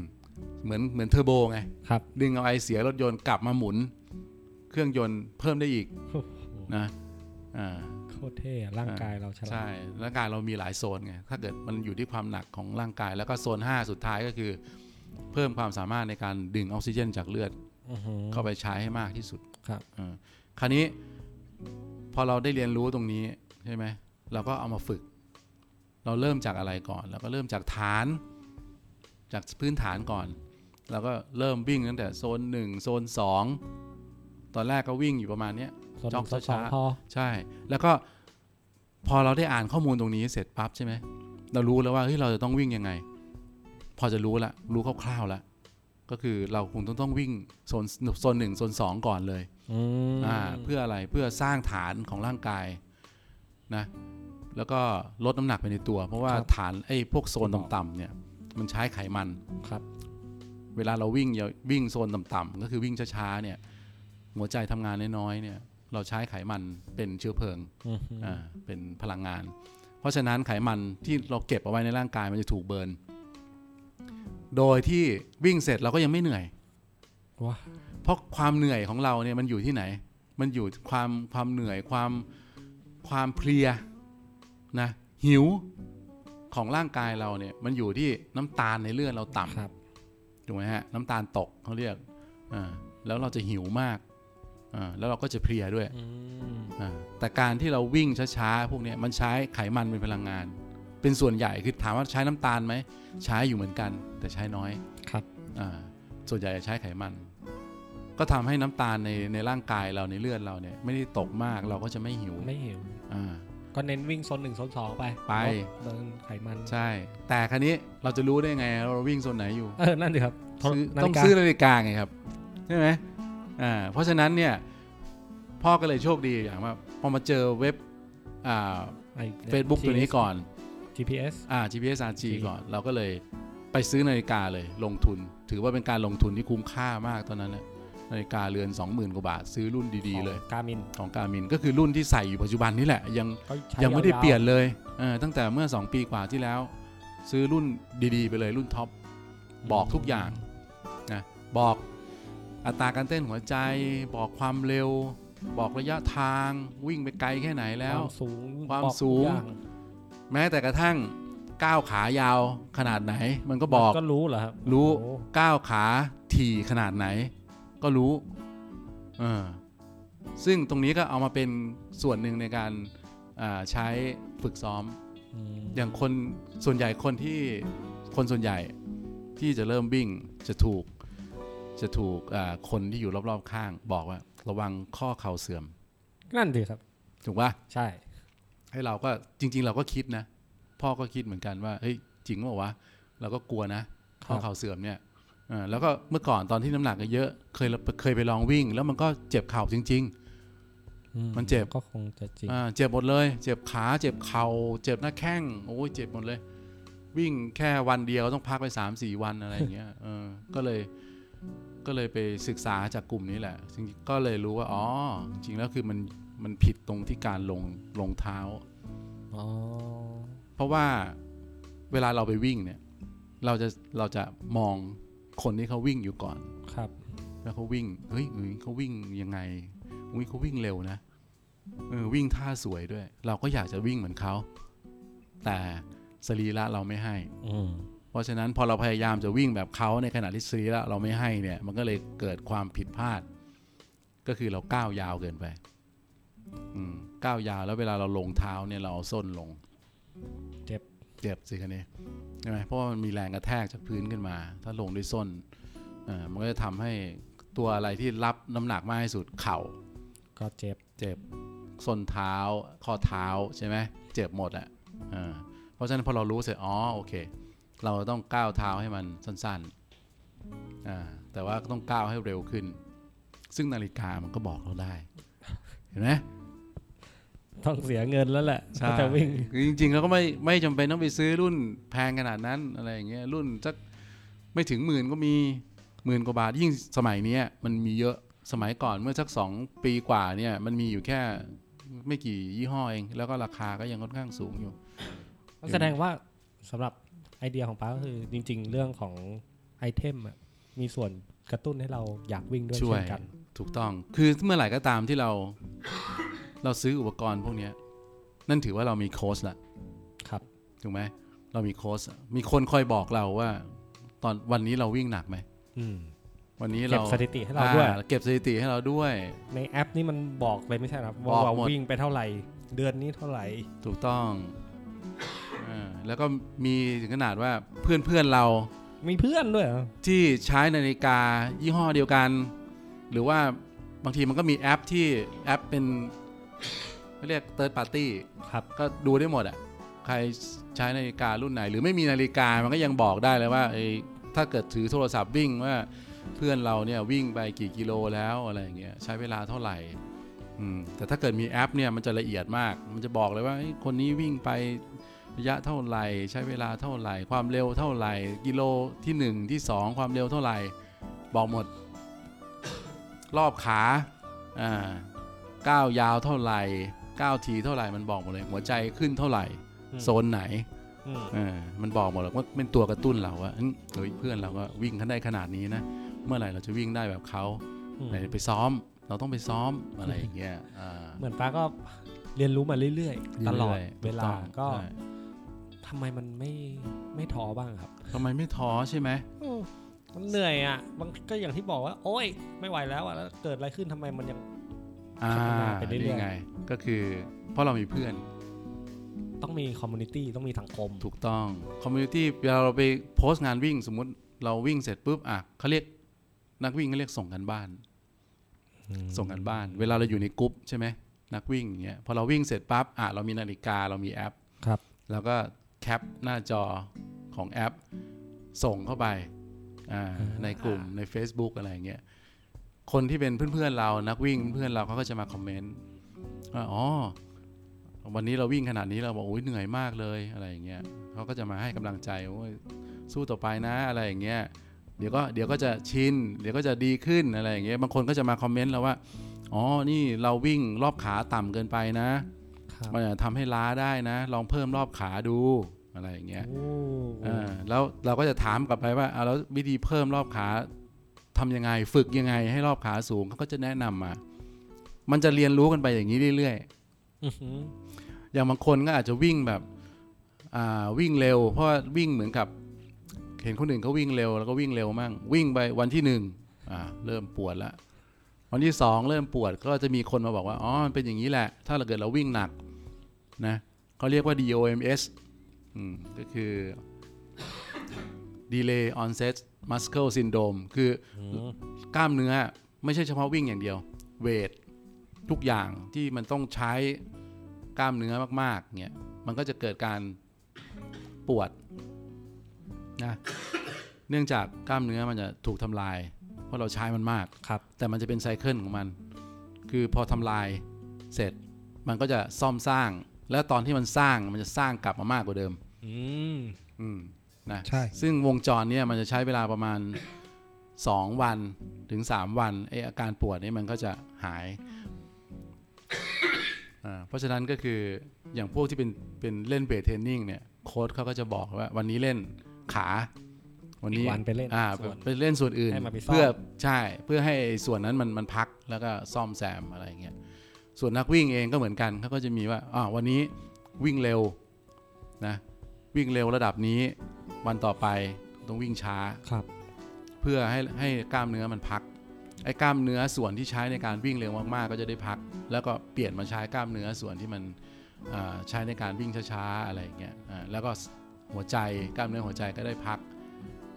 เหมือนเหมือนเทอร์โบไง
ครับ
ดึงเอาไอเสียรถยนต์กลับมาหมุน เครื่องยนต์เพิ่มได้อีก
โอ้โห
นะอ่า
โคตรเท่อะร่างกายเราฉลาด
ใช่ร่างกายเรามีหลายโซนไง ถ้าเกิดมันอยู่ที่ความหนักของร่างกาย แล้วก็โซน 5 สุดท้ายก็คือ เพิ่มความสามารถในการดึงออกซิเจนจากเลือด
อื้อหือ
เข้าไปใช้ให้มากที่สุด
ครับ
เออคราวนี้พอเราได้เรียนรู้ตรงนี้ใช่ไหมเราก็เอามาฝึก เราเริ่มจากอะไรก่อนเราก็เริ่มจากฐาน จากพื้นฐานก่อน แล้วก็เริ่มวิ่งตั้งแต่โซน 1 โซน 2 ตอนแรกก็วิ่งอยู่ประมาณเนี้ย
ส่วนห
จ้
นึ่งส่วนสอ
อง
ง
ช้า
พอ
ใช่ แล้วก็พอเราได้อ่านข้อมูลตรงนี้เสร็จปั๊บใช่ไหม เรารู้แล้วว่าเฮ้ยเราจะต้องวิ่งยังไง พอจะรู้ละรู้คร่าวๆละก็คือเราคงต้องต้องวิ่งโซนโซนหนึ่งโซนสองก่อนเลย
อืม
อ่าเพื่ออะไรเพื่อสร้างฐานของร่างกายนะแล้วก็ลดน้ำหนักไปในตัว เพราะว่าฐานไอ้พวกโซนต่ำๆเนี่ยมันใช้ไขมัน
ครับ
เวลาเราวิ่งอย่าวิ่งโซนต่ำๆก็คือวิ่งช้าๆเนี่ยหัวใจทำงานน้อยๆเนี่ยเราใช้ไขมันเป็นเชื้อเพลิง
อืม
อ่าเป็นพลังงาน เพราะฉะนั้นไขมันที่เราเก็บเอาไว้ในร่างกายมันจะถูกเบิร์นโดยที่วิ่งเสร็จเราก็ยังไม่เหนื่อย
ว้า
เพราะความเหนื่อยของเราเนี่ยมันอยู่ที่ไหน มันอยู่ความความเหนื่อยความความเพลียนะหิวของร่างกายเราเนี่ยมันอยู่ที่น้ำตาลในเลือดเราต่ำ
ครับ
ถูกไหมฮะน้ำตาลตกเขาเรียกอ่าแล้วเราจะหิวมากอ่าแล้วเราก็จะเพลียด้วย
อืม
อ่าแต่การที่เราวิ่งช้าๆพวกเนี้ยมันใช้ไขมันเป็นพลังงาน เป็นส่วนใหญ่คือถามว่าใช้น้ำตาลไหมใช้อยู่เหมือนกัน แต่ใช้น้อย
ครับ
อ่าส่วนใหญ่จะใช้ไขมัน ก็ทำให้น้ำตาลในในร่างกายเราในเลือดเราเนี่ยไม่ได้ตกมากเราก็จะไม่หิว
ไม่หิว
อ่า
ก็เน้นวิ่งโซนหนึ่งโซนสองไป
ไป
ลดเบิร์นไขมัน
ใช่ แต่ครั้นี้เราจะรู้ได้ไงเราวิ่งโซนไหนอยู่
เออ นั่นสิครับโทรนาฬิกา
ซื้อต้องซื้อนาฬิกาไงครับใช่ไหมอ่าเพราะฉะนั้นเนี่ยพ่อก็เลยโชคดีอย่างว่าพอมาเจอเว็บอ่า
ไอ้นี่ย
เฟซบุ๊กตัวนี้ก่อน
GPS
อ่า GPS RG ก่อน เราก็เลยไปซื้อนาฬิกาเลยลงทุน ถือว่าเป็นการลงทุนที่คุ้มค่ามากตอนนั้นนะนาฬิกาเรือน 20,000 กว่าบาท ซื้อรุ่นดีๆเลย
กามิน
ของการมินก็คือรุ่นที่ใส่อยู่ปัจจุบันนี่แหละ ยัง
ก็ใช้
ยังไม่ได้
าๆ
เปลี่ยนเลยเออตั้งแต่เมื่อ 2 ปีกว่าที่แล้ว ซื้อรุ่นดีๆ ไปเลยรุ่นท็อป บอกทุกอย่าง นะบอกอัตราการเต้นหัวใจ บอกความเร็ว บอกระยะทางวิ่งไปไกลแค่ไหนแล้ว
ความสูง
ความ
บอกทุก
สูง
อย่าง
แม้แต่กระทั่งก้าวขายาวขนาดไหน มันก็บอก
มันก็รู้เหรอครับ
รู้
โอ้โห
ก้าวขาถี่ขนาดไหน ก็รู้เออซึ่งตรงนี้ก็เอามาเป็นส่วนหนึ่งในการอ่าใช้ฝึกซ้อม
อืม
อย่างคนส่วนใหญ่คนที่คนส่วนใหญ่ที่จะเริ่มวิ่งจะถูกจะถูกอ่าคนที่อยู่รอบๆข้าง บอกว่าระวังข้อเข่าเสื่อม
นั่นสิครับ
ถูกปะ
ใช่
ให้เราก็จริง ๆ เราก็คิดนะ พ่อก็คิดเหมือนกันว่าเฮ้ยจริงเปล่าวะเราก็กลัวนะ ข้
ค
อ
รับ
เข่าเสื่อมเนี่ยเออแล้วก็เมื่อก่อนตอนที่น้ำหนักเยอะเคยเคยไปลองวิ่ง แล้วมันก็เจ็บเข่าจริง
อื
มันเจ็บ
ก็คงจะจริง
ๆอ่าเจ็บหมดเลย เจ็บขา เจ็บเข่า เจ็บหน้าแข้ง โอ้ยเจ็บหมดเลย วิ่งแค่วันเดียวต้องพักไป 3 4 วันอะไรอย่างเงี้ย เออ ก็เลย ก็เลยไปศึกษาจากกลุ่มนี้แหละซึ่งก็เลยรู้ว่า อ๋อ จริงๆแล้วคือมัน มันผิดตรงที่การลงลงเท้า
อ๋อ
เพราะว่าเวลาเราไปวิ่งเนี่ย เราจะ เราจะมองคนที่เขาวิ่งอยู่ก่อน
ครับ
แล้วเขาวิ่ง เฮ้ยเฮ้ยเขาวิ่งยังไงอุ้ยเขาวิ่งเร็วนะเออวิ่งท่าสวยด้วย เราก็อยากจะวิ่งเหมือนเขา แต่สรีระเราไม่ให้
อืม
เพราะฉะนั้นพอเราพยายามจะวิ่งแบบเขาในขณะที่สรีระเราไม่ให้เนี่ย มันก็เลยเกิดความผิดพลาด ก็คือเราก้าวยาวเกินไป อืมก้าวยาวแล้วเวลาเราลงเท้าเนี่ยเราเอาส้นลง
เจ็บ
เจ็บสิคันนี้ใช่ไหมเพราะว่ามันมีแรงกระแทกจากพื้นขึ้นมา ถ้าลงด้วยส้นเอ่อมันก็จะทำให้ตัวอะไรที่รับน้ำหนักมากที่สุดเข่า
ก็เจ็บ
เจ็บส้นเท้า ข้อเท้าใช่ไหมเจ็บหมดอ่ะเออเพราะฉะนั้นพอเรารู้เสร็จอ๋อโอเค เราต้องก้าวเท้าให้มันสั้นๆอ่าแต่ว่าก็ต้องก้าวให้เร็วขึ้น ซึ่งนาฬิกามันก็บอกเราได้ เห็นไหม
ต้องเสียเงินแล้วแหละ
ใช่
ถ้าจะวิ่ง
คือจริงๆแล้วก็ไม่ไม่จำเป็นต้องไปซื้อรุ่นแพงขนาดนั้นอะไรอย่างเงี้ยรุ่นสักไม่ถึงหมื่นก็มีหมื่นกว่าบาทยิ่งสมัยเนี้ยมันมีเยอะสมัยก่อนเมื่อสักสองปีกว่าเนี่ยมันมีอยู่แค่ไม่กี่ยี่ห้อเอง แล้วก็ราคาก็ยังค่อนข้างสูงอยู่
แสดงว่าสำหรับไอเดียของป้าก็คือจริง ๆ เรื่องของไอเทมอะมีส่วนกระตุ้นให้เราอยากวิ่งด้วย
ช่วย
เช่นกัน
ถูกต้องคือเมื่อไหร่ก็ตามที่เรา เราซื้ออุปกรณ์พวกเนี้ยนั่นถือว่าเรามีโค้ชละ
ครับ
ถูกไหมเรามีโค้ชมีคนคอยบอกเราว่า ตอนวันนี้เราวิ่งหนักไหม
อืม
วันนี้
เก็
เรา
บสถิติให้เราด้วย
อ่เก็บสถิติให้เราด้วย
ในแอปนี่มันบอกเลยไม่ใช่เหรอครับ
บอ
ว่าก เรา
หมด
วิ่งไปเท่าไหร่ เดือนนี้เท่าไหร่
ถูกต้องอ่า าแล้วก็มีถึงขนาดว่าเพื่อนเพื่อนๆเรา
มีเพื่อนด้วยเหรอ
ที่ใช้นาฬิกายี่ห้อเดียวกัน หรือว่าบางทีมันก็มีแอปที่แอปเป็นเขาเรียก third party
ครับ
ก็ดูได้หมดอ่ะ ใครใช้นาฬิการุ่นไหน หรือไม่มีนาฬิกามันก็ยังบอกได้เลยว่าเอ้ยถ้าเกิดถือโทรศัพท์วิ่งว่าเพื่อนเราเนี่ยวิ่งไปกี่กิโลแล้วอะไรอย่างเงี้ยใช้เวลาเท่าไหร่อืมแต่ถ้าเกิดมีแอปเนี่ยมันจะละเอียดมาก มันจะบอกเลยว่าเอ้ยคนนี้วิ่งไประยะเท่าไหร่ ใช้เวลาเท่าไหร่ ความเร็วเท่าไหร่ กิโลทีหนึ่งที่สองความเร็วเท่าไหร่ บอกหมด รอบขาอ่า ก้าวยาวเท่าไหร่ก้าวทีเท่าไหร่มันบอกหมดเลย หัวใจขึ้นเท่าไหร่
อืม
โซนไหน
อืม
เออมันบอกหมดเลยว่าเป็นตัวกระตุ้นเราว่าอื้อเฮ้ยเพื่อนเราก็วิ่งกันได้ขนาดนี้นะ เมื่อไหร่เราจะวิ่งได้แบบเขา
อืม
ไหนไปซ้อม เราต้องไปซ้อมอะไรอย่างเงี้ยอ่า
เหมือนฟ้าก็เรียนรู้มาเรื่อยๆ ตลอด
รื่ยๆ
เวลา
ถูต้อง
ก็
ใช่
ทำไมมันไม่ไม่ท้อบ้างครับ
ทำไมไม่ท้อใช่ไหม
อืมมันเหนื่อยอ่ะบางก็อย่างที่บอกว่า โอ๊ย ไม่ไหวแล้วอ่ะแล้วเกิดอะไรขึ้นทำไมมันยัง
อ่า
พัฒนาไปเรื่อยๆ
นี่ไง ก็คือเพราะเรามีเพื่อน
ต้องมีคอมมูนิตี้ต้องมีสังคม
ถูกต้องคอมมูนิตี้เวลาเราไปโพสต์งานวิ่ง สมมติเราวิ่งเสร็จปุ๊บอ่ะเขาเรียกนักวิ่งเขาเรียกส่งกันบ้าน
อืม
ส่งกันบ้าน เวลาเราอยู่ในกรุ๊ปใช่ไหมนักวิ่งอย่างเงี้ยพอเราวิ่งเสร็จปั๊บอ่ะเรามีนาฬิกาเรามีแอป
ครับ
แล้วก็แคปหน้าจอของแอป ส่งเข้าไปอ่าในกลุ่มใน Facebook อะไรอย่างเงี้ยคนที่เป็นเพื่อนๆเรานักวิ่งเพื่อนๆเราเขาก็จะมาคอมเมนต์ว่าอ๋อวันนี้เราวิ่งขนาดนี้เราบอกอุ้ยเหนื่อยมากเลยอะไรอย่างเงี้ยเขาก็จะมาให้กำลังใจโอ้ยสู้ต่อไปนะอะไรอย่างเงี้ยเดี๋ยวก็เดี๋ยวก็จะชินเดี๋ยวก็จะดีขึ้นอะไรอย่างเงี้ยบางคนก็จะมาคอมเมนต์เราว่าอ๋อนี่เราวิ่งรอบขาต่ำเกินไปนะ
ครับ
มันอาจทำให้ล้าได้นะ ลองเพิ่มรอบขาดูอะไรอย่างเงี้ย
โอ้
อ่าแล้วเราก็จะถามกลับไปว่าเอาแล้ววิธีเพิ่มรอบขาทำยังไง ฝึกยังไงให้รอบขาสูงเขาก็จะแนะนำมา มันจะเรียนรู้กันไปอย่างนี้เรื่อย
อื้อหือ
ๆ อย่างบางคนก็อาจจะวิ่งแบบอ่าวิ่งเร็ว เพราะว่าวิ่งเหมือนกับ เห็นคนอื่นเขาวิ่งเร็วแล้วก็วิ่งเร็วมั่งวิ่งไปวันที่หนึ่งอ่าเริ่มปวดละวันที่สองเริ่มปวดก็จะมีคนมาบอกว่าอ๋อมันเป็นอย่างนี้แหละ ถ้าเราเกิดเราวิ่งหนักนะเขาเรียกว่า DOMS อืมก็คือ Delay Onset Muscle Syndrome คืออกล้ามเนื้อไม่ใช่เฉพาะวิ่งอย่างเดียว เวท ทุกอย่างที่มันต้องใช้กล้ามเนื้อมากๆเนี่ยมันก็จะเกิดการปวดนะเนื่องจากกล้ามเนื้อมันจะถูกทำลาย เพราะเราใช้มันมาก
ครับ
แต่มันจะเป็นไซเคิลของมัน คือพอทำลายเสร็จ มันก็จะซ่อมสร้าง และตอนที่มันสร้างมันจะสร้างกลับมามากกว่าเดิม
อืม
อืมนะ
ใช่
ซึ่งวงจรเนี่ยมันจะใช้เวลาประมาณ 2 วันถึง 3 วันไออาการปวดเนี่ยมันก็จะหายอ่าเพราะฉะนั้นก็คืออย่างพวกที่เป็นเป็นเล่นเวทเทรนนิ่งเนี่ยโค้ชเขาก็จะบอกว่าวันนี้เล่นขา วันนี้
อีกวันไปเล่น
อ่า
ส่วน
ไปเล่นส่วนอื่น
ให้มันไปซ่อม
เพื่อใช่เพื่อให้ส่วนนั้นมันมันพักแล้วก็ซ่อมแซมอะไรอย่างเงี้ยส่วนนักวิ่งเองก็เหมือนกันเขาก็จะมีว่าอ่าวันนี้วิ่งเร็วนะวิ่งเร็วระดับนี้ วันต่อไปต้องวิ่งช้า
ครับ
เพื่อให้ให้กล้ามเนื้อมันพัก ไอ้กล้ามเนื้อส่วนที่ใช้ในการวิ่งเร็วมากๆ ก็จะได้พัก แล้วก็เปลี่ยนมาใช้กล้ามเนื้อส่วนที่มันอ่าใช้ในการวิ่งช้าๆอะไรอย่างเงี้ยอ่าแล้วก็หัวใจกล้ามเนื้อหัวใจก็ได้พัก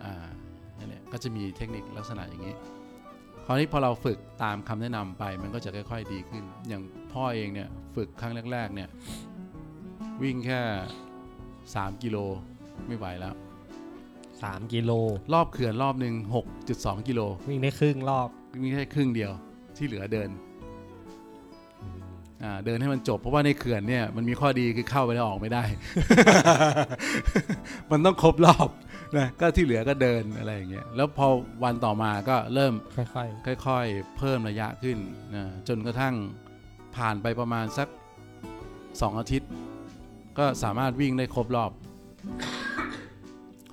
อ่านั่นแหละก็จะมีเทคนิคลักษณะอย่างนี้คราวนี้พอเราฝึกตามคำแนะนำไปมันก็จะค่อย ๆดีขึ้น อย่างพ่อเองเนี่ยฝึกครั้งแรกๆเนี่ยวิ่งแค่ 3 กิโลไม่ไหวแล้ว
สามกิโล
รอบเขื่อนรอบหนึ่ง6.2 กิโล
วิ่งได้ครึ่งรอบ
มีแค่ครึ่งเดียวที่เหลือเดินอ่าเดินให้มันจบ เพราะว่าในเขื่อนเนี่ยมันมีข้อดีคือเข้าไปแล้วออกไม่ได้ มันต้องครบรอบนะก็ที่เหลือก็เดินอะไรอย่างเงี้ยแล้วพอวันต่อมาก็เริ่ม
ค่อย
ค่อยๆ เพิ่มระยะขึ้นนะจนกระทั่งผ่านไปประมาณสัก 2 อาทิตย์ ก็สามารถวิ่งได้ครบรอบ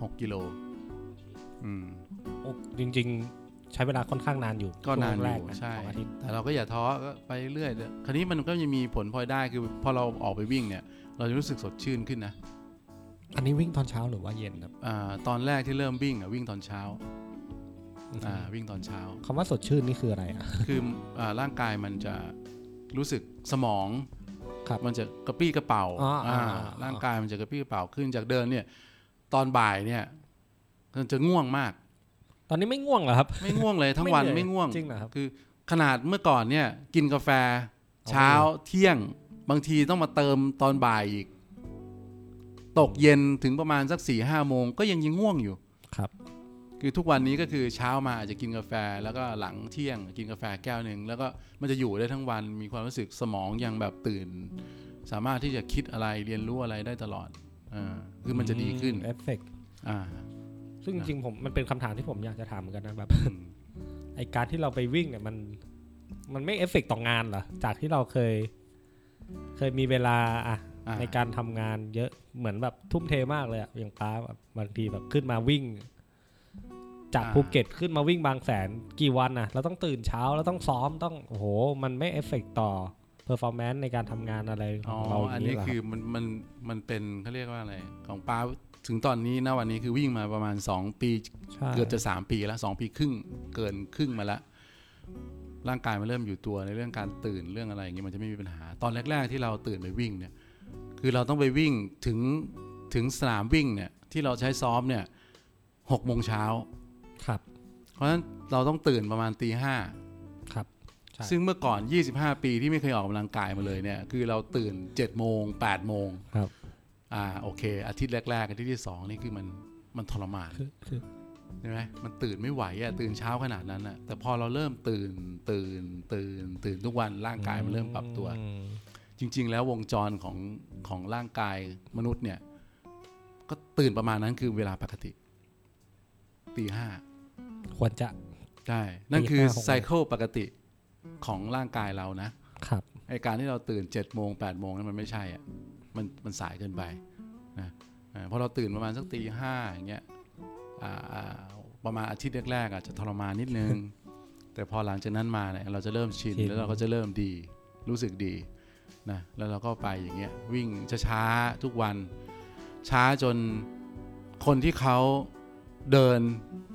6 กิโลอืม
ๆโอ้จริง ๆ ใช้เวลาค่อนข้างนานอยู่
ก็นาน
ช่วง
อ
แรก
ยู่
นะ
ใช่
ของอาทิตย์
แต่เราก็อย่าท้อก็ไปเรื่อยๆคราวนี้มันก็ยังมีผลพลอยได้คือพอเราออกไปวิ่งเนี่ย เราจะรู้สึกสดชื่นขึ้นนะ
อันนี้วิ่งตอนเช้าหรือว่าเย็นครับ
อาตอนแรกที่เริ่มวิ่งอ่ะวิ่งตอนเช้าอ่าวิ่งตอนเช้า
คำว่าสดชื่นนี่คืออะไรอ่ะ
คืออ่าร่างกายมันจะรู้สึกสมอง
ครับ
มันจะกระปรี้กระเป๋า
อ่าอ่า
อ่า
อ่า
ร่างกายมันจะกระปรี้กระเป๋าขึ้นจากเดินเนี่ย ตอนบ่ายเนี่ยมันจะง่วงมาก
ตอนนี้ไม่ง่วงเหรอครับ
ไม่ง่วงเลยทั้งวัน
ไม่เหนื่อย
ไม่ง่วง
จริงเหรอครับ
คือขนาดเมื่อก่อนเนี่ย กินกาแฟ เช้าเที่ยง บางทีต้องมาเติมตอนบ่ายอีก ตกเย็นถึงประมาณสักสี่ห้าโมงก็ยังยังง่วงอยู่
ครับ
คือทุกวันนี้ก็คือเช้ามาอาจจะกินกาแฟ แล้วก็หลังเที่ยง กินกาแฟแก้วหนึ่งแล้วก็มันจะอยู่ได้ทั้งวันมีความรู้สึกสมองยังแบบตื่น สามารถที่จะคิดอะไรเรียนรู้อะไรได้ตลอดอ่าคือมันจะดีขึ้น
เอฟเฟกต์
อ่า
ซึ่งจ
นะ
ริงๆผมมันเป็นคำถามที่ผมอยากจะถามเหมือนกันนะแบบ
อืม
ไอการที่เราไปวิ่งเนี่ยมันมันไม่เอฟเฟกต์ต่องานเหรอ จากที่เราเคย เคยมีเวลาอะ
อ่า
ในการทำงานเยอะเหมือนแบบทุ่มเทมากเลยอะอย่างป้าแบบบางทีแบบขึ้นมาวิ่ง จากภูเก็ตขึ้นมาวิ่งบางแสนกี่วันอะเราต้องตื่นเช้าแล้วต้องซ้อมต้องโอ้โห มันไม่เอฟเฟกต์ต่อเพอร์ฟอร์แมนซ์ในการทำงานอะไรข
อ๋อ
องเรา
อัน
ย่าง
นี้
นี้เหรอ
คือมันมันมันเป็นเขาเรียกว่าอะไร ของป้าถึงตอนนี้นะวันนี้คือวิ่งมาประมาณ 2 ปี
ใช่
เกือบจะ 3 ปีแล้ว 2 ปีครึ่งเกินครึ่งมาละร่างกายมันเริ่มอยู่ตัวในเรื่องการตื่นเรื่องอะไรอย่างเงี้ยมันจะไม่มีปัญหา ตอนแรก ๆ ที่เราตื่นไปวิ่งเนี่ยคือเราต้องไปวิ่งถึงถึงสนามวิ่งเนี่ยที่เราใช้ซ้อมเนี่ยหกโมงเช้า
ครับ
เพราะฉะนั้นเราต้องตื่นประมาณตีห้า
ครับ ใช่
ซึ่งเมื่อก่อน 25 ปีที่ไม่เคยออกกำลังกายมาเลยเนี่ย คือเราตื่น 7 โมง 8 โมง
ครับ
อ่า โอเค อาทิตย์แรก ๆ อาทิตย์ที่ 2 นี่คือมัน มันทรมาน
คือคือ
ใช่ไหมมันตื่นไม่ไหวอะตื่นเช้าขนาดนั้นอะแต่พอเราเริ่มตื่น ตื่น ตื่น ตื่นทุกวัน ร่างกายมันเริ่มปรับตัว
อืม
จริง ๆ แล้ววงจรของ ของร่างกายมนุษย์เนี่ย ก็ตื่นประมาณนั้นคือเวลาปกติ ตีห้า
ควรจะ
ใช่ นั่นคือ
ตีห้าของ
ไซเคิลปกติของร่างกายเรานะ
ครับ
ไอการที่เราตื่น7จ็ดโมงแปดโมงนั้นมันไม่ใช่อะมันมันสายเกินไปนะอ่าพอเราตื่นประมาณสักตีห้าอย่างเงี้ยอ่าอ่าประมาณอาทิตย์แรกๆอาจจะทรมานนิดนึง แต่พอหลังจากนั้นมาเนี่ยเราจะเริ่มชิน
ชิน
แล้วเราก็จะเริ่มดีรู้สึกดีนะแล้วเราก็ไปอย่างเงี้ยวิ่งช้าๆทุกวัน ช้าจนคนที่เขาเดิน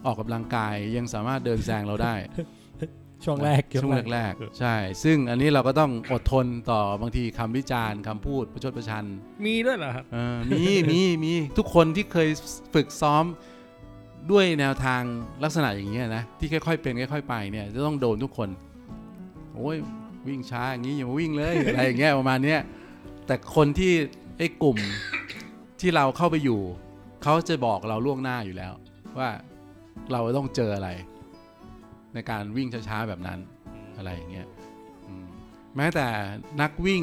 ออกกำลังกายยังสามารถเดินแซงเราได้
ช่วงแรก
ช่วงแรกๆ ใช่ ซึ่งอันนี้เราก็ต้องอดทนต่อบางทีคำวิจารณ์คำพูดประชดประชัน
มีด้วยเหรอครับ
เออมี มีมีทุกคนที่เคยฝึกซ้อมด้วยแนวทางลักษณะอย่างเงี้ยนะ ที่ค่อยๆเป็นค่อยๆไปเนี่ยจะต้องโดนทุกคน โอ้ยวิ่งช้าอย่างนี้อย่ามาวิ่งเลย อะไรอย่างเงี้ยประมาณเนี้ยแต่คนที่ไอ้กลุ่มที่เราเข้าไปอยู่ เขาจะบอกเราล่วงหน้าอยู่แล้ว ว่าเราต้องเจออะไร ในการวิ่งช้าๆแบบนั้น อะไรอย่างเงี้ยอืมแม้แต่นักวิ่ง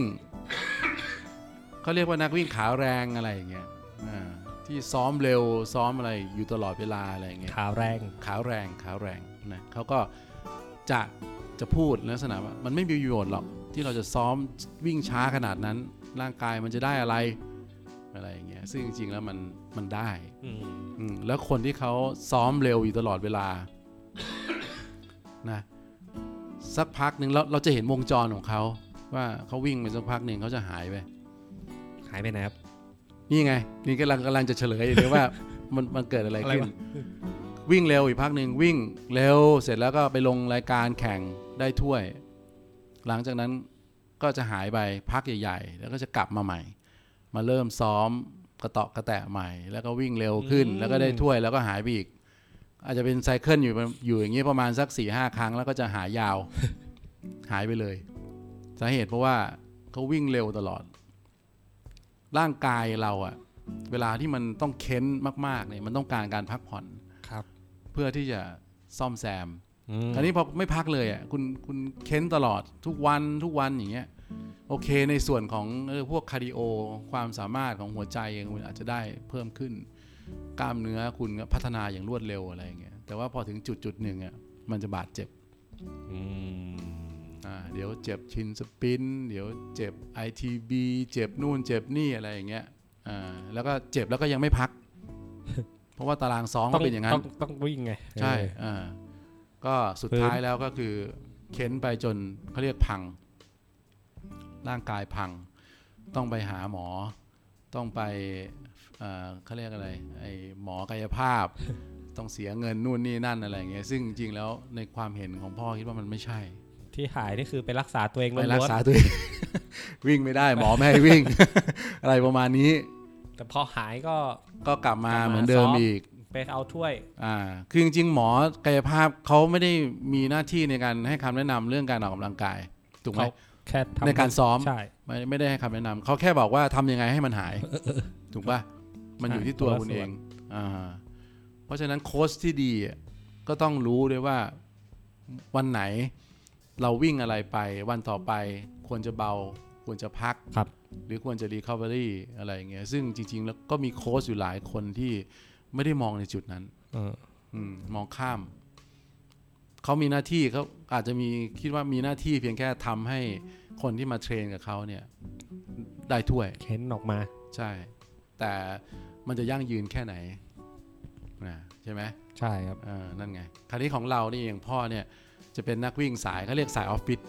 เขาเรียกว่านักวิ่งขาแรงอะไรอย่างเงี้ยอ่าที่ซ้อมเร็วซ้อมอะไรอยู่ตลอดเวลาอะไรอย่างเงี้ย
ขาวแรง
ขาแรงขาแรงนะเขาก็จะจะพูดในลักษณะว่ามันไม่มีประโยชน์หรอกที่เราจะซ้อมวิ่งช้าขนาดนั้น ร่างกายมันจะได้อะไรอะไรอย่างเงี้ยซึ่งจริงๆแล้วมันมันได้อืมแล้วคนที่เขาซ้อมเร็วอยู่ตลอดเวลา นะสักพักหนึ่งเราเราจะเห็นวงจรของเขาว่าเขาวิ่งไปสักพักหนึ่งเขาจะหายไป
หายไปไหนครับ
นี่ไง นี่กำลังกำลังจะเฉลยอยู่เลยว่า มันมันเกิดอะไรขึ้น
อะไรวะ
วิ่งเร็วอีกพักหนึ่งวิ่งเร็วเสร็จแล้วก็ไปลงรายการแข่งได้ถ้วย หลังจากนั้นก็จะหายไปพักใหญ่ๆ แล้วก็จะกลับมาใหม่ มาเริ่มซ้อมกระเตาะกระแตะใหม่ แล้วก็วิ่งเร็วขึ้น
อืม
แล้วก็ได้ถ้วยแล้วก็หายไปอีก อาจจะเป็นไซเคิลอยู่ประอยู่อย่างนี้ประมาณสัก4ี่ห้าครั้งแล้วก็จะหายยาว หายไปเลย สาเหตุเพราะว่าเขาวิ่งเร็วตลอด ร่างกายเราอะเวลาที่มันต้องเค้นมากๆเนี่ยมันต้องการการพักผ่อน
ครับ
เพื่อที่จะซ่อมแซม คราวนี้พอไม่พักเลยอ่ะคุณคุณเค้นตลอดทุกวันทุกวันอย่างเงี้ยโอเคในส่วนของเออพวกคาร์ดิโอความสามารถของหัวใจเองคุณอาจจะได้เพิ่มขึ้น กล้ามเนื้อคุณก็พัฒนาอย่างรวดเร็วอะไรอย่างเงี้ยแต่ว่าพอถึงจุดจุดหนึ่งอ่ะมันจะบาดเจ็บอ่าเดี๋ยวเจ็บชินสปิน เดี๋ยวเจ็บ ITB เจ็บนู่นเจ็บนี่อะไรอย่างเงี้ยอ่าแล้วก็เจ็บแล้วก็ยังไม่พัก เพราะว่าตารางซ้อมก็เป็นอย่างนั้น
ต้องต้องวิ่งไง
ใช่
เออ
อ่า ก็สุด
พื้น
ท้ายแล้วก็คือเข็นไปจนเขาเรียกพัง ร่างกายพัง ต้องไปหาหมอ ต้องไปเอ่อเขาเรียกอะไร ไอหมอกายภา พ ต้องเสียเงินนู่นนี่นั่นอะไรอย่างเงี้ย ซึ่งจริงๆแล้วในความเห็นของพ่อคิดว่ามันไม่ใช่
ที่หายนี่คือไปรักษาตัวเอง
ไป
ล้วนๆ
รักษาตัวเอง วิ่งไม่ได้หมอไม่ให้วิ่ง อะไรประมาณนี้
แต่พอหายก็
ก็กลับมาก
ลับมา
เหมือนเดิม
ซ้อม
อีก
ไปเอาถ้วย
อ่า คือจริงๆหมอกายภาพเขาไม่ได้มีหน้าที่ในการให้คำแนะนำเรื่องการออกกำลังกาย ถูกไหม
เขา แค่ทำ
ในการซ้อม
ใช่
ไม่ไม่ได้ให้คำแนะนำเขาแค่บอกว่าทำยังไงให้มันหาย ถูกปะมันอยู่ที่ตัวคุณเองอ่าเพราะฉะนั้นโค้ชที่ดีอ่ะก็ต้องรู้ด้วยว่าวันไหนเราวิ่งอะไรไป วันต่อไปควรจะเบา ควรจะพัก
ครับ
หรือควรจะรีคา v เวอรี่อะไรอย่างเงี้ยซึ่งจริง ๆ แล้วก็มีโค้ชอยู่หลายคนที่ไม่ได้มองในจุดนั้น
เออ
อืมมองข้าม เขามีหน้าที่เขาอาจจะมีคิดว่ามีหน้าที่เพียงแค่ทำให้คนที่มาเทรนกับเขาเนี่ย ได้ถ้วย
เข็นออกมา
ใช่ แต่มันจะยั่งยืนแค่ไหนนะใช่ไหม
ใช่ครับ
เออนั่นไง คราวนี้ของเรานี่อย่างพ่อเนี่ย จะเป็นนักวิ่งสายเขาเรียกสายออฟฟิศ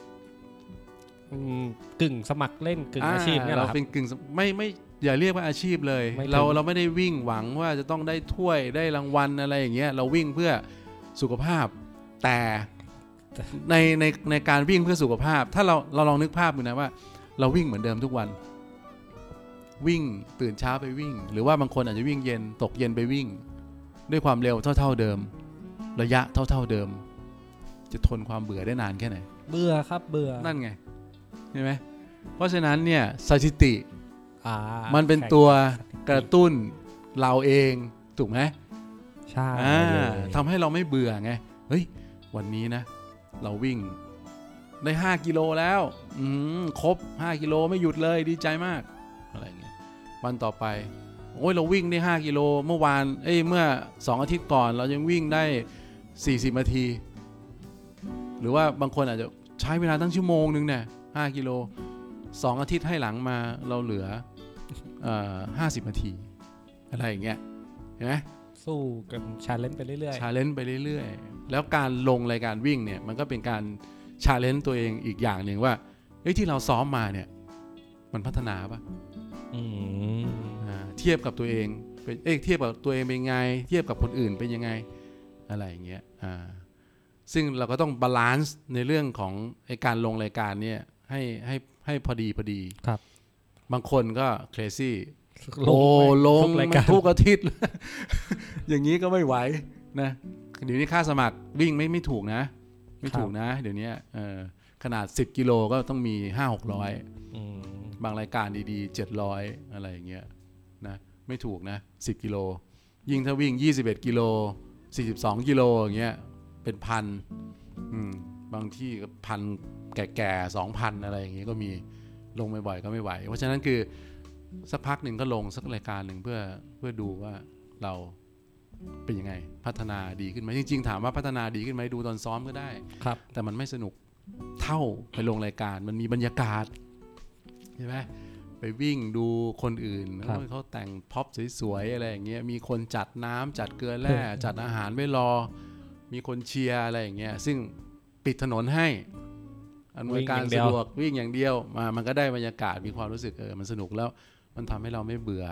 อืมกึ่งสมัครเล่นกึ่งอาชีพเนี่ยเหรอค
เรา
รับ
เป็นกึ่งสไม่ไม่อย่าเรียกว่าอาชีพเลย
ไม่ถึง
เราเราไม่ได้วิ่งหวังว่าจะต้องได้ถ้วยได้รางวัลอะไรอย่างเงี้ย เราวิ่งเพื่อสุขภาพ แต่ในในในการวิ่งเพื่อสุขภาพ ถ้าเราเราลองนึกภาพดูนะว่า เราวิ่งเหมือนเดิมทุกวัน วิ่งตื่นเช้าไปวิ่ง หรือว่าบางคนอาจจะวิ่งเย็นตกเย็นไปวิ่ง ด้วยความเร็วเท่า ๆเดิม ระยะเท่า ๆเดิม จะทนความเบื่อได้นานแค่ไหน
เบื่อครับเบื่อ
นั่นไงใช่ไหมเพราะฉะนั้นเนี่ยสถิติ
อ่า
มั
มัน
เป็นตัวกระตุ้นเราเองถูกไหม
ใช่
อ่า
เลย
ทำให้เราไม่เบื่อไงเฮ้ยวันนี้นะ เราวิ่งได้ 5 กิโลแล้วอืมครบ 5 กิโลไม่หยุดเลยดีใจมากอะไรเงี้ยวันต่อไปโอ้ยเราวิ่งได้ 5 กิโลเมื่อวานเอ้ยเมื่อ 2 อาทิตย์ก่อน เรายังวิ่งได้ 40นาที หรือว่าบางคนอาจจะใช้เวลาตั้งชั่วโมงนึงเนี่ยห้ากิโลสองอาทิตย์ให้หลังมาเราเหลือห้าสิบนาที อะไรอย่างเงี้ยเห็นไหม
สู้กันชาเลนจ์ไปเรื่อย
ชาเลนจ์ไปเรื่อยๆ แล้วการลงรายการวิ่งเนี่ย มันก็เป็นการชาเลนจ์ตัวเองอีกอย่างหนึ่งว่าเอ้ยที่เราซ้อมมาเนี่ย มันพัฒนาปะ
ๆอืม
อ่าเทียบกับตัวเองเป็นเอ้ยเทียบกับตัวเองเป็นยังไง เทียบกับคนอื่นเป็นยังไงอะไรอย่างเงี้ยอ่าซึ่งเราก็ต้องบาลานซ์ในเรื่องของไอการลงรายการเนี่ยให้ให้ให้พอดีพอดี
ครับ
บางคนก็เคลซี่
ล
โอ้
งไป
ลง
ทุกรายการ
ทุกอาทิตย์ อย่างนี้ก็ไม่ไหวนะเดี๋ยวนี้ค่าสมัครวิ่งไม่ไม่ถูกนะ ไม่ถูกนะ เดี๋ยวนี้เออขนาด 10 กิโลก็ต้องมี 5 600
อืม
บางรายการดีๆ 700 อะไรอย่างเงี้ยนะไม่ถูกนะ 10 กิโล ยิ่งถ้าวิ่ง 21 กิโล 42 กิโลอย่างเงี้ยเป็นพันอืมบางที่ก็พันแก่ๆสองพันอะไรอย่างเงี้ยก็มีลงบ่อยๆก็ไม่ไหว เพราะฉะนั้นคือ สักพักหนึ่งก็ลงสักรายการหนึ่งเพื่อเพื่อดูว่าเราเป็นยังไง พัฒนาดีขึ้นไหมจริง ๆ ถามว่าพัฒนาดีขึ้นไหมดูตอนซ้อมก็ได้
ครับ
แต่มันไม่สนุกเท่าไปลงรายการมันมีบรรยากาศใช่ไหมไปวิ่งดูคนอื่น
ครับ
โอ้ยเขาแต่งพ็อปสวยๆอะไรอย่างเงี้ยมีคนจัดน้ำจัดเกลือแร่จัดอาหารไว้รอ มีคนเชียร์อะไรอย่างเงี้ยซึ่งปิดถนนให้อำนวยการ
วิ่งอย่างเดี
สะ
ยว
ดวกวิ่งอย่างเดียวมามันก็ได้บรรยากาศมีความรู้สึกเออมันสนุกแล้ว มันทำให้เราไม่เบื่อ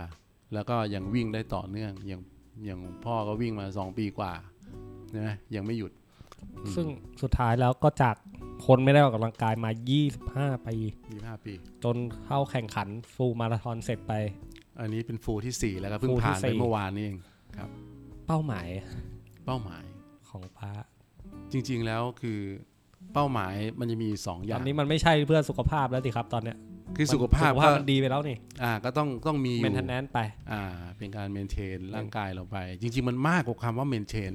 แล้วก็ยังวิ่งได้ต่อเนื่องอย่างอย่างพ่อก็วิ่งมาสองปีกว่าใช่ไหมยังไม่หยุด อืม
ซึ่งสุดท้ายแล้วก็จากคนไม่ได้ออกกำลังกายมา 25 ปี
ยี่ห้าปี
จนเข้าแข่งขันฟูลมาราธอนเสร็จไป
อันนี้เป็นฟูลที่สี่แล้วก็เพิ่ง
ฟูลที่
ผ่านไป
สี่
เมื่อวานนี่เอง
เป้าหมาย
เป้าหมาย
ของป้า
จริงๆแล้วคือเป้าหมายมันจะมีสองอ
ต
ย่า
อง นนี้มันไม่ใช่เพื่อสุขภาพแล้วสิครับตอนเนี้ย
คือสุขภาพ
สุขภา
ก็
พมันดีไปแล้วนี่
อ่าก็ต้องต้องมีอ
เม
ยู่
นเทนแนนไป
อ่าเป็นการเมนเทนร่างกายเราไป จริง ๆ มันมากกว่าคำว่าเมนเทน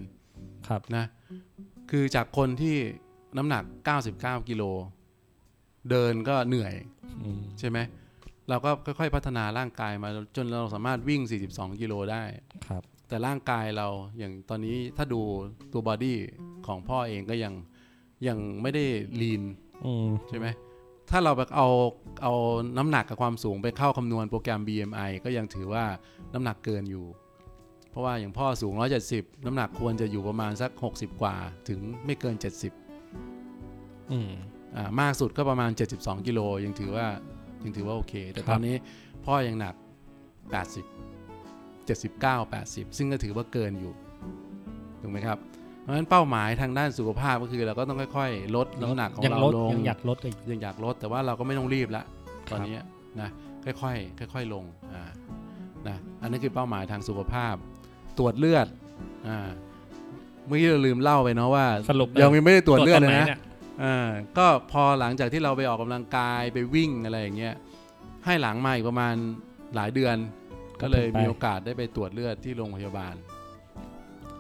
ครับ
นะคือจากคนที่น้ำหนัก 99 กิโล เดินก็เหนื่อย
อืม
ใช่ไหมเราก็ค่อยๆพัฒนาร่างกายมาจนเราสามารถวิ่ง 42 กิโลได้
ครับ
แต่ร่างกายเราอย่างตอนนี้ถ้าดูตัวบอดี้ของพ่อเองก็ยังยังไม่ได้ลีน
อืม
ใช่ไหมถ้าเราไปเอาเอาน้ำหนักกับความสูงไปเข้าคำนวณโปรแกรม BMI ก็ยังถือว่าน้ำหนักเกินอยู่ เพราะว่าอย่างพ่อสูง 170 น้ำหนักควรจะอยู่ประมาณสัก 60 กว่าถึงไม่เกิน 70
อืม
อ่ามากสุดก็ประมาณ 72 กิโลยังถือว่ายังถือว่าโอเค แต่ตอนนี้พ่อยังหนัก 80 79 80 ซึ่งก็ถือว่าเกินอยู่ ถูกไหมครับ เพราะฉะนั้นเป้าหมายทางด้านสุขภาพก็คือเราก็ต้องค่อยๆ ลดน้ำหนักของ
ยัง
เรา
ลด
ลง
ยังอยากลดอีก
ยังอยากลดแต่ว่าเราก็ไม่ต้องรีบละ ตอนเนี้ยนะค่อยๆค่อยๆลงอ่านะอันนี้นคือเป้าหมายทางสุขภาพ ตรวจเลือดอ่าเมื่อกี้เราลืมเล่าไปเนาะว่า
สรุป
ยังไม่ได้ตรวจเลือด
ต
เล
ไห
ยนะ
นี่ย
อ่าก็พอหลังจากที่เราไปออกกำลังกายไปวิ่งอะไรอย่างเงี้ยให้หลังมาอีกประมาณหลายเดือน ก็เลยมีโอกาสได้ไปตรวจเลือดที่โรงพยาบาล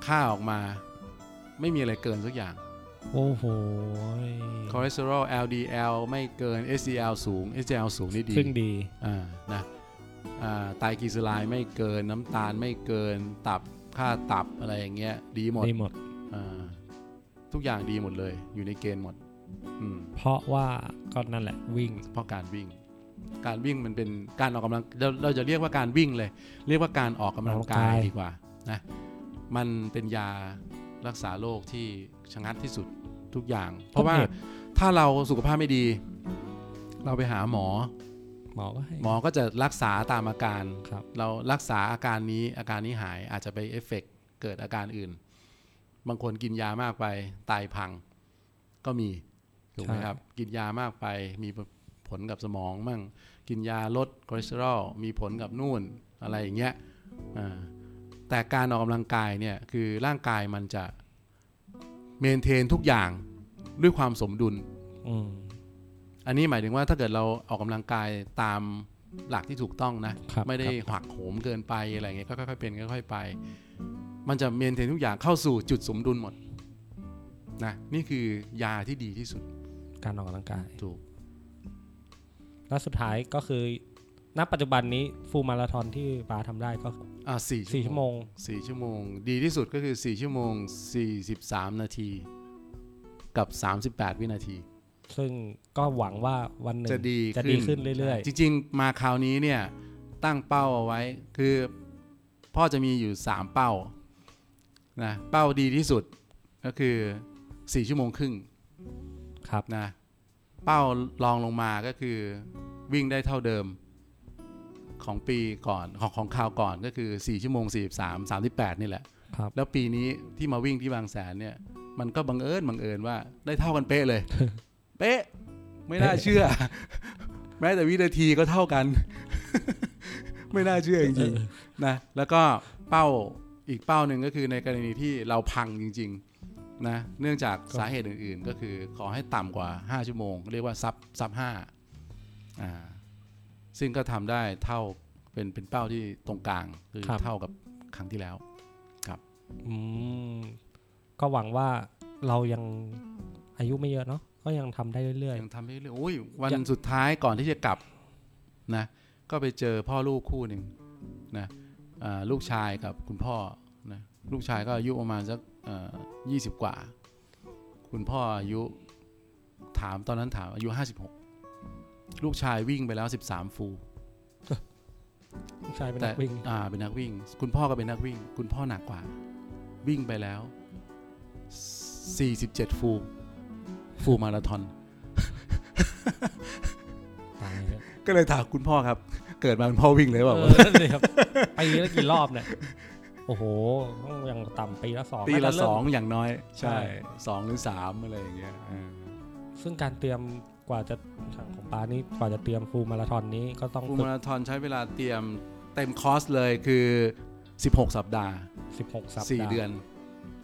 ค่าออกมาไม่มีอะไรเกินสักอย่าง
โอ้โห
คอเลสเตอรอล LDL ไม่เกิน HDL สูง HDL สูงนี่ดี
ซึ่งดี
อ่านะอ่าไตรกลีเซอไรด์ไม่เกินน้ำตาลไม่เกินตับค่าตับอะไรอย่างเงี้ยดีหมด
ดีหมด
อ่าทุกอย่างดีหมดเลย อยู่ในเกณฑ์หมดอืม
เพราะว่าก็นั่นแหละวิ่ง
เพราะการวิ่ง การวิ่งมันเป็นการออกกำลังเราเราจะเรียกว่าการวิ่งเลย เรียกว่าการออกกำลัง
ออกกำลั
กาก
งาย ย
ดีกว่านะมันเป็นยารักษาโรคที่ชะงัดที่สุดทุกอย่าง เพราะว่าถ้าเราสุขภาพไม่ดี เราไปหาหมอ
หมอก็ให้
หมอก็จะรักษาตามอาการ
ครับ
เรารักษาอาการนี้อาการนี้หายอาจจะไปเอฟเฟกต์เกิดอาการอื่น บางคนกินยามากไปไตายพังก็มีถูกไหม
ใช่
ครับ กินยามากไปมีผลกับสมองมั่ง กินยาลดคอเลสเตอรอลมีผลกับนู่นอะไรอย่างเงี้ยอ่าแต่การออกกำลังกายเนี่ยคือร่างกายมันจะเมนเทนทุกอย่างด้วยความสมดุล
อืม
อันนี้หมายถึงว่าถ้าเกิดเราออกกำลังกายตามหลักที่ถูกต้องนะ
ครับ
ไม่ได้
ครับ
หักโหมเกินไปอะไรเงี้ยก็ค่อยๆเป็นค่อยๆไป มันจะเมนเทนทุกอย่างเข้าสู่จุดสมดุลหมดนะนี่คือยาที่ดีที่สุด
การออกกำลังกาย
ถูก
แล้วสุดท้ายก็คือ ณ ปัจจุบันนี้ฟูลมาราธอนที่บาสทำได้ก็
อ่าสี่
สี่ชั่วโมง
สี่ชั่วโมง ดีที่สุดก็คือสี่ชั่วโมงสี่สิบสามนาที กับสามสิบแปดวินาที
ซึ่งก็หวังว่าวันหนึ่ง
จะดี
จะดีขึ้นเรื่อยๆ
จริงๆ มาคราวนี้เนี่ยตั้งเป้าเอาไว้ คือพ่อจะมีอยู่ 3 เป้านะเป้าดีที่สุดก็คือ 4 ชั่วโมงครึ่ง
ครับ
นะเป้ารองลงมาก็คือวิ่งได้เท่าเดิมของปีก่อนของของคราวก่อนก็คือ 4 ชั่วโมง 43 38 นี่แหละ
ครับ
แล้วปีนี้ที่มาวิ่งที่บางแสนเนี่ย มันก็บังเอิญบังเอิญว่าได้เท่ากันเป๊ะเลย เป๊ะ ไม่น่าเชื่อ แม้แต่วินาทีก็เท่ากัน ไม่น่าเชื่อจริงๆนะแล้วก็เป้าอีกเป้าหนึ่งก็คือในกรณีที่เราพังจริงๆนะเนื่องจากสาเหตุอื่นๆ ก็คือขอให้ต่ำกว่า 5 ชั่วโมง เรียกว่าซับซับห้าอ่าซึ่งก็ทำได้เท่าเป็นเป็นเป้าที่ตรงกลางคือ
ครับ
เท่ากับครั้งที่แล้ว
อืมก็หวังว่าเรายังอายุไม่เยอะเนาะก็ยังทำได้เรื่อย
ยังทำไปเรื่อยๆโอ้ยวันสุดท้ายก่อนที่จะกลับนะ ก็ไปเจอพ่อลูกคู่หนึ่งนะอ่าลูกชายกับคุณพ่อนะลูกชายก็อายุประมาณสักยี่สิบกว่า คุณพ่ออายุถามตอนนั้นถามอายุห้าสิบหกลูกชายวิ่งไปแล้วสิบสามฟู
ๆลูกชายเป็น
แต่
นักวิ่ง
อ่าเป็นนักวิ่ง คุณพ่อก็เป็นนักวิ่ง คุณพ่อหนักกว่า วิ่งไปแล้ว 47 ฟูลฟูลมาราธอน
ตายเลย
ก็เลยถามคุณพ่อครับ เกิดมาเป็นพ่อวิ่งเลยเปล่า
เออนั่นเลยครับปีละกี่รอบเนี่ยโอ้โหต้องอย่างต่ำปีละสอง
ปีละ
น่าจ
ส
เริ่
อ
ม
งอย่างน้อย
ใช่
ใช่สองหรือสามอะไรอย่างเงี้ยเออ
ซึ่งการเตรียมกว่าจะของปานี่กว่าจะเตรียมฟูลมาราธอนนี้ก็ต้อง
ฟูล
ฝึก
มาราธอนใช้เวลาเตรียมเต็มคอร์สเลยคือ 16 สัปดาห์
สิบหกสัปดาห์
4 เดือน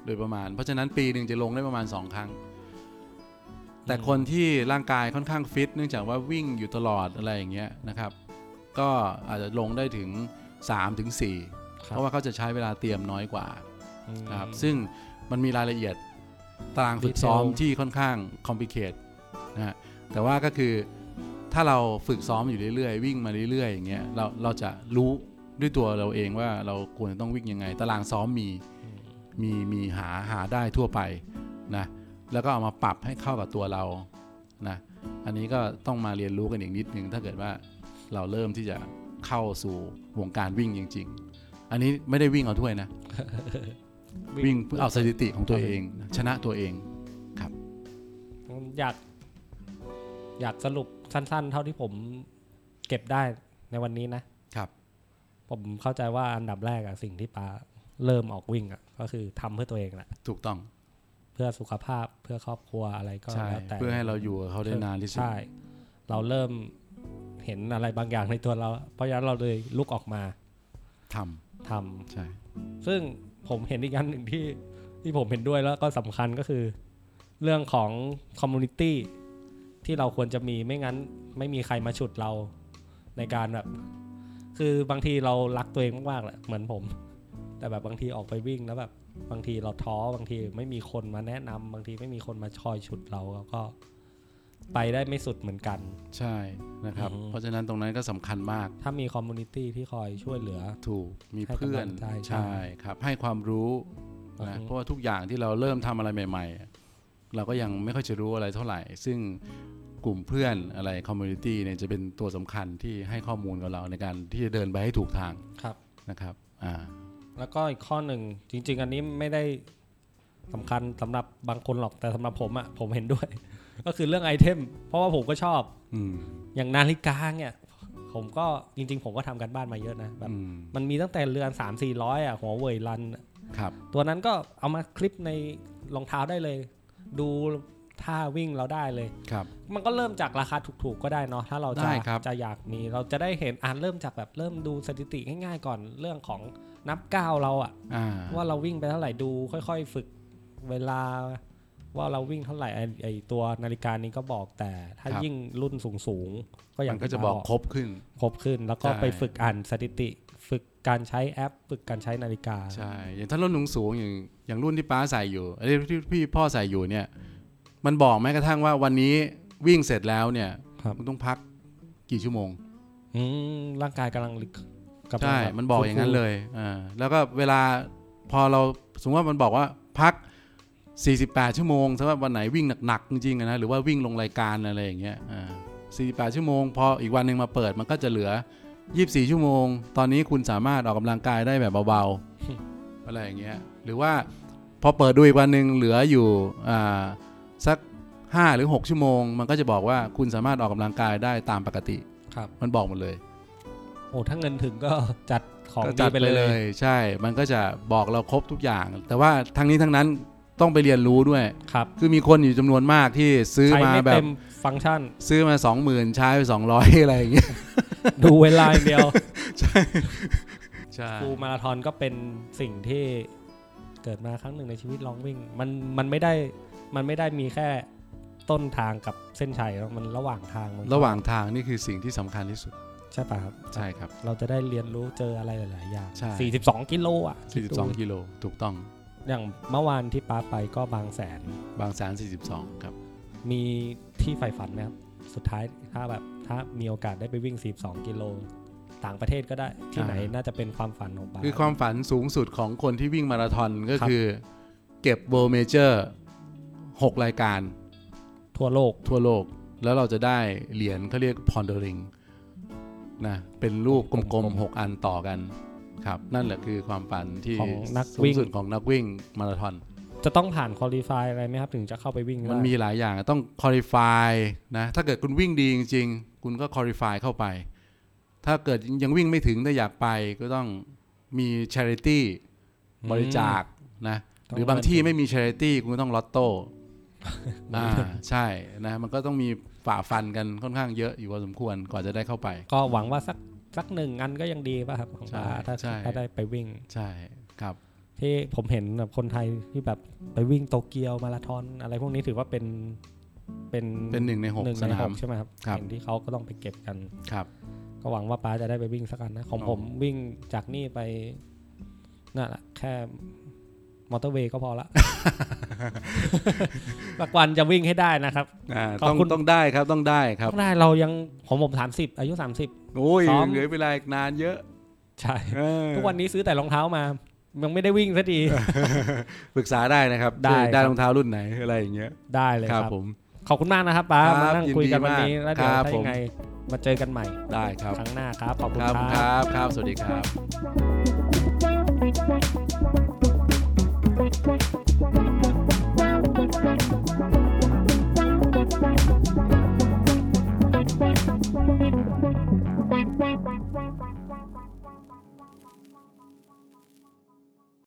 โดยประมาณ เพราะฉะนั้นปีหนึ่งจะลงได้ประมาณ 2 ครั้ง แต่คนที่ร่างกายค่อนข้างฟิตเนื่องจากว่าวิ่งอยู่ตลอดอะไรอย่างเงี้ยนะครับ ก็อาจจะลงได้ถึง 3-4ถึง4
ครับ
เพราะว่าเขาจะใช้เวลาเตรียมน้อยกว่า
อืม
ครับซึ่งมันมีรายละเอียดตารางฝึกซ้อม
Detail
ที่ค่อนข้างคอมพ i เค e นะฮะแต่ว่าก็คือถ้าเราฝึกซ้อมอยู่เรื่อยๆ วิ่งมาเรื่อยๆ อย่างเงี้ยเราเราจะรู้ด้วยตัวเราเองว่าเราควรจะต้องวิ่งยังไง ตารางซ้อมมี
อืม
มีมีหาหาได้ทั่วไปนะแล้วก็เอามาปรับให้เข้ากับตัวเรานะอันนี้ก็ต้องมาเรียนรู้กันอีกนิดนึงถ้าเกิดว่าเราเริ่มที่จะเข้าสู่วงการวิ่งจริง ๆ อันนี้ไม่ได้วิ่งเอาถ้วย นะ วิ่งเพื่อเอาสถิติของตัวเองนะชนะตัวเอง
อยาก อยากสรุปสั้น ๆ เท่าที่ผมเก็บได้ในวันนี้นะครับ ผมเข้าใจว่าอันดับแรกอะสิ่งที่ปาเริ่มออกวิ่งอะก็คือทำเพื่อตัวเองแหละ
ถูกต้อง
เพื่อสุขภาพเพื่อครอบครัวอะไรก็
ใช่
แล้วแต่
เพื่อให้เราอยู่กับเขาได้นานที่สุด
ใช่ เราเริ่ม เห็นอะไรบางอย่างในตัวเรา เพราะฉะนั้นเราเลยลุกออกมา
ทำ
ทำ
ใช่
ซึ่งผมเห็นอีกอันหนึ่งที่ที่ผมเห็นด้วยแล้วก็สำคัญก็คือ เรื่องของคอมมูนิตี้ที่เราควรจะมีไม่งั้น ไม่มีใครมาฉุดเราในการแบบ คือบางทีเรารักตัวเองมากๆแหละเหมือนผม แต่แบบบางทีออกไปวิ่งแล้วแบบ บางทีเราท้อบางทีไม่มีคนมาแนะนำบางทีไม่มีคนมาคอยฉุดเราแล้วก็ ไปได้ไม่สุดเหมือนกัน
ใช่นะครับ
อือฮึ
เพราะฉะนั้นตรงนั้นก็สำคัญมาก
ถ้ามีคอมมูนิตี้ที่คอยช่วยเหลือ
ถูกมีเพื่อน
ให้กำลังใจใช่
ครับให้ความรู้
อือ
นะ
ฮึ
เพราะว่าทุกอย่างที่เราเริ่มทำอะไรใหม่ๆอะเราก็ยังไม่ค่อยจะรู้อะไรเท่าไหร่ ซึ่งกลุ่มเพื่อนอะไรคอมมูนิตี้เนี่ยจะเป็นตัวสำคัญที่ให้ข้อมูลกับเราในการที่จะเดินไปให้ถูกทาง
ครับ
นะครับอ่า
แล้วก็อีกข้อหนึ่งจริง ๆ อันนี้ไม่ได้สำคัญสำหรับบางคนหรอกแต่สำหรับผมอะ่ะผมเห็นด้วย ก็คือเรื่องไอเทม เพราะว่าผมก็ชอบ
อืม
อย่างนาฬิกาเนี่ย ผมก็จริง ๆ ผมก็ทำกันบ้านมาเยอะนะแบบ
อืม
มันมีตั้งแต่เรือน 3 4 0 0 อ่ะหัวเว่ยรันอะ
ครับ
ตัวนั้นก็เอามาคลิปในรองเท้าได้เลย ดูท่าวิ่งเราได้เลย
ครับ
มันก็เริ่มจากราคาถูกๆก็ได้เนาะถ้าเราจะ
ได้ครับ
จะอยากมีเราจะได้เห็นอ่านเริ่มจากแบบเริ่มดูสถิติง่ายๆก่อนเรื่องของนับก้าวเราอะ
อ่า
ว่าเราวิ่งไปเท่าไหร่ดูค่อย ๆ ฝึกเวลา ว่าเราวิ่งเท่าไหร่ไอ้ไอตัวนาฬิกานี้ก็บอกแต่ ถ้ายิ่งรุ่นสูงๆก็อย่า
มั
ง
นก็
ที่
จะบอกครบขึ้น
ครบขึ้น แล้วก็
ใช่
ไปฝึกอ่านสถิติ ฝึกการใช้แอป ฝึกการใช้นาฬิกา
ใช่อย่างถ้ารุ่นสูงๆอย่างอย่างรุ่นที่ป้าใส่อยู่ไอ้ยที่พี่พ่อใส่อยู่เนี่ย มันบอกแม้กระทั่งว่าวันนี้วิ่งเสร็จแล้วเนี่ย
ครับ
มันต้องพักกี่ชั่วโมง
อืมร่างกายกำลังลึกกำลั
ใช่
แบบ
มันบอกอย่างนั้นเลยอ่าแล้วก็เวลาพอเราสมมติว่ามันบอกว่าพัก 48 ชั่วโมงสำหรับวันไหนวิ่งหนักๆจริงๆอะนะหรือว่าวิ่งลงรายการอะไรอย่างเงี้ยอ่า48 ชั่วโมง พออีกวันหนึ่งมาเปิดมันก็จะเหลือ 24 ชั่วโมง ตอนนี้คุณสามารถออกกำลังกายได้แบบเบา ๆ อะไรอย่างเงี้ยหรือว่าพอเปิดดูอีกวันหนึ่งเหลืออยู่อ่าสัก 5 หรือ 6 ชั่วโมง มันก็จะบอกว่าคุณสามารถออกกำลังกายได้ตามปกติ
ครับ
มันบอกหมดเลย
โอ้ถ้าเงินถึงก็ จัดของ
ก็
ดี
จัด
ไป
ไป
เล
เลย ย ใช่ มันก็จะบอกเราครบทุกอย่าง แต่ว่าทั้งนี้ทั้งนั้นต้องไปเรียนรู้ด้วย
ครับ
คือมีคนอยู่จำนวนมากที่ซื้อ
ใช้
มา
ไม่
แบ
เต็
บ
มฟังก์ชัน
ซื้อมา 20,000 ใช้ไป 200 อะไรอย่างเงี้ย
ดูเวลาอย่างเดียว
ใช่
ฟูลมาราธอนก็เป็นสิ่งที่เกิดมาครั้งหนึ่งในชีวิตลองวิ่ง มันมันไม่ได้มันไม่ได้มีแค่ต้นทางกับเส้นชัยแล้วมันระหว่างทางมันก็
ระหว่างทางนี่คือสิ่งที่สำคัญที่สุด
ใช่ป่ะครับ
ใช่ครับ
เราจะได้เรียนรู้เจออะไรหลาย ๆ อย่าง
ใช่
42 กิโลอ่ะ
42 กิโล ถูกต้อง
อย่างเมื่อวานที่ป้าไปก็บางแสน
บางแสน42 ครับ
มีที่ใฝ่ฝันไหมครับ สุดท้ายถ้าแบบถ้ามีโอกาสได้ไปวิ่ง 42 กิโล ต่างประเทศก็ได้ที่ไหน
อ่า
น่าจะเป็นความฝันของป้า
คือความฝันสูงสุดของคนที่วิ่งมาราธอนก็
ครับ
คือ เก็บโบเมเจอร์6รายการ
ทั่วโลก
ทั่วโลกแล้วเราจะได้เหรียญเขาเรียกพอนเดอริงนะเป็นรูปก
กล
ล
ม
ม
ๆ
ๆ6อันต่อกันครับ นั่นแหละคือความฝันที่
ของนัก
สู
วิ่
ง
ง
สุดของนักวิ่งมาราธอน
จะต้องผ่านคอลี่ฟายอะไรไหมครับถึงจะเข้าไปวิ่ง
มัน
ได้
มีหลายอย่างต้องคอลี่ฟายนะถ้าเกิดคุณวิ่งดีจริง ๆ คุณก็คอลี่ฟายเข้าไป ถ้าเกิดยังวิ่งไม่ถึงแต่อยากไปก็ต้องมีช h ริตี้
อืม
บริจาคนะ
ต้
หรือบางที่ไม่มีช h ริตี้คุณก็ต้องลอตโต้
อ่า
อ่าใช่นะมันก็ต้องมีฝ่าฟันกันค่อนข้างเยอะอยู่พอสมควรกว่าจะได้เข้าไป
ก็หวังว่าสักสักหนึ่งอันก็ยังดีป่ะครับของ
ใช่
ป้าถ้า
ใช่
ถ้าได้ไปวิ่ง
ใช่ครับ
ที่ผมเห็นแบบคนไทยที่แบบไปวิ่งโตเกียวมาราธอนอะไรพวกนี้ถือว่าเป็นเป็น
เป็นหนึ่งในหก
หนึ่ง
ส
ใน
นา
ห
ม
กใช่ไหมครับ
ครับ
เห็นที่เขาก็ต้องไปเก็บกัน
ครับ
ก็หวังว่าป้าจะได้ไปวิ่งสักอันนะของ
อ๋อ
ผมวิ่งจากนี่ไปนั่นแหละแค่มอเตอร์เวย์ก็พอ ละ สักวันจะวิ่งให้ได้นะครับ
อ่า
ขอบ
ต้อง
คุณ
ต้องได้ครับต้องได้ครับ
ได้เรายังของผมสามสิบอายุสามสิบ
โอ้ย
ซ้อม
เหลือเวลาอีกนานเยอะ
ใช่
เออ
ทุกวันนี้ซื้อแต่รองเท้ามายังไม่ได้วิ่งสักที
ปรึกษาได้นะครับ
ได้
ช่วยได้
ครับ
รองเท้ารุ่นไหนอะไรอย่างเงี้ย
ได้เลย
ค
ค
รั
รั
บบ ผม
ขอบคุณมากนะครับป้า
ครับ
มานั่งคุยกัน
ยินดี
วันนี้
มาก
แล้วเดี๋ยว
ครับ
ถ้า
ผ
ยั
ม
งไงมาเจอกันใหม่
ได้ครับ
ครั้งหน้าครับ ขอบคุณ
ครับ
ครับ
ครับครับสวัสดีครับ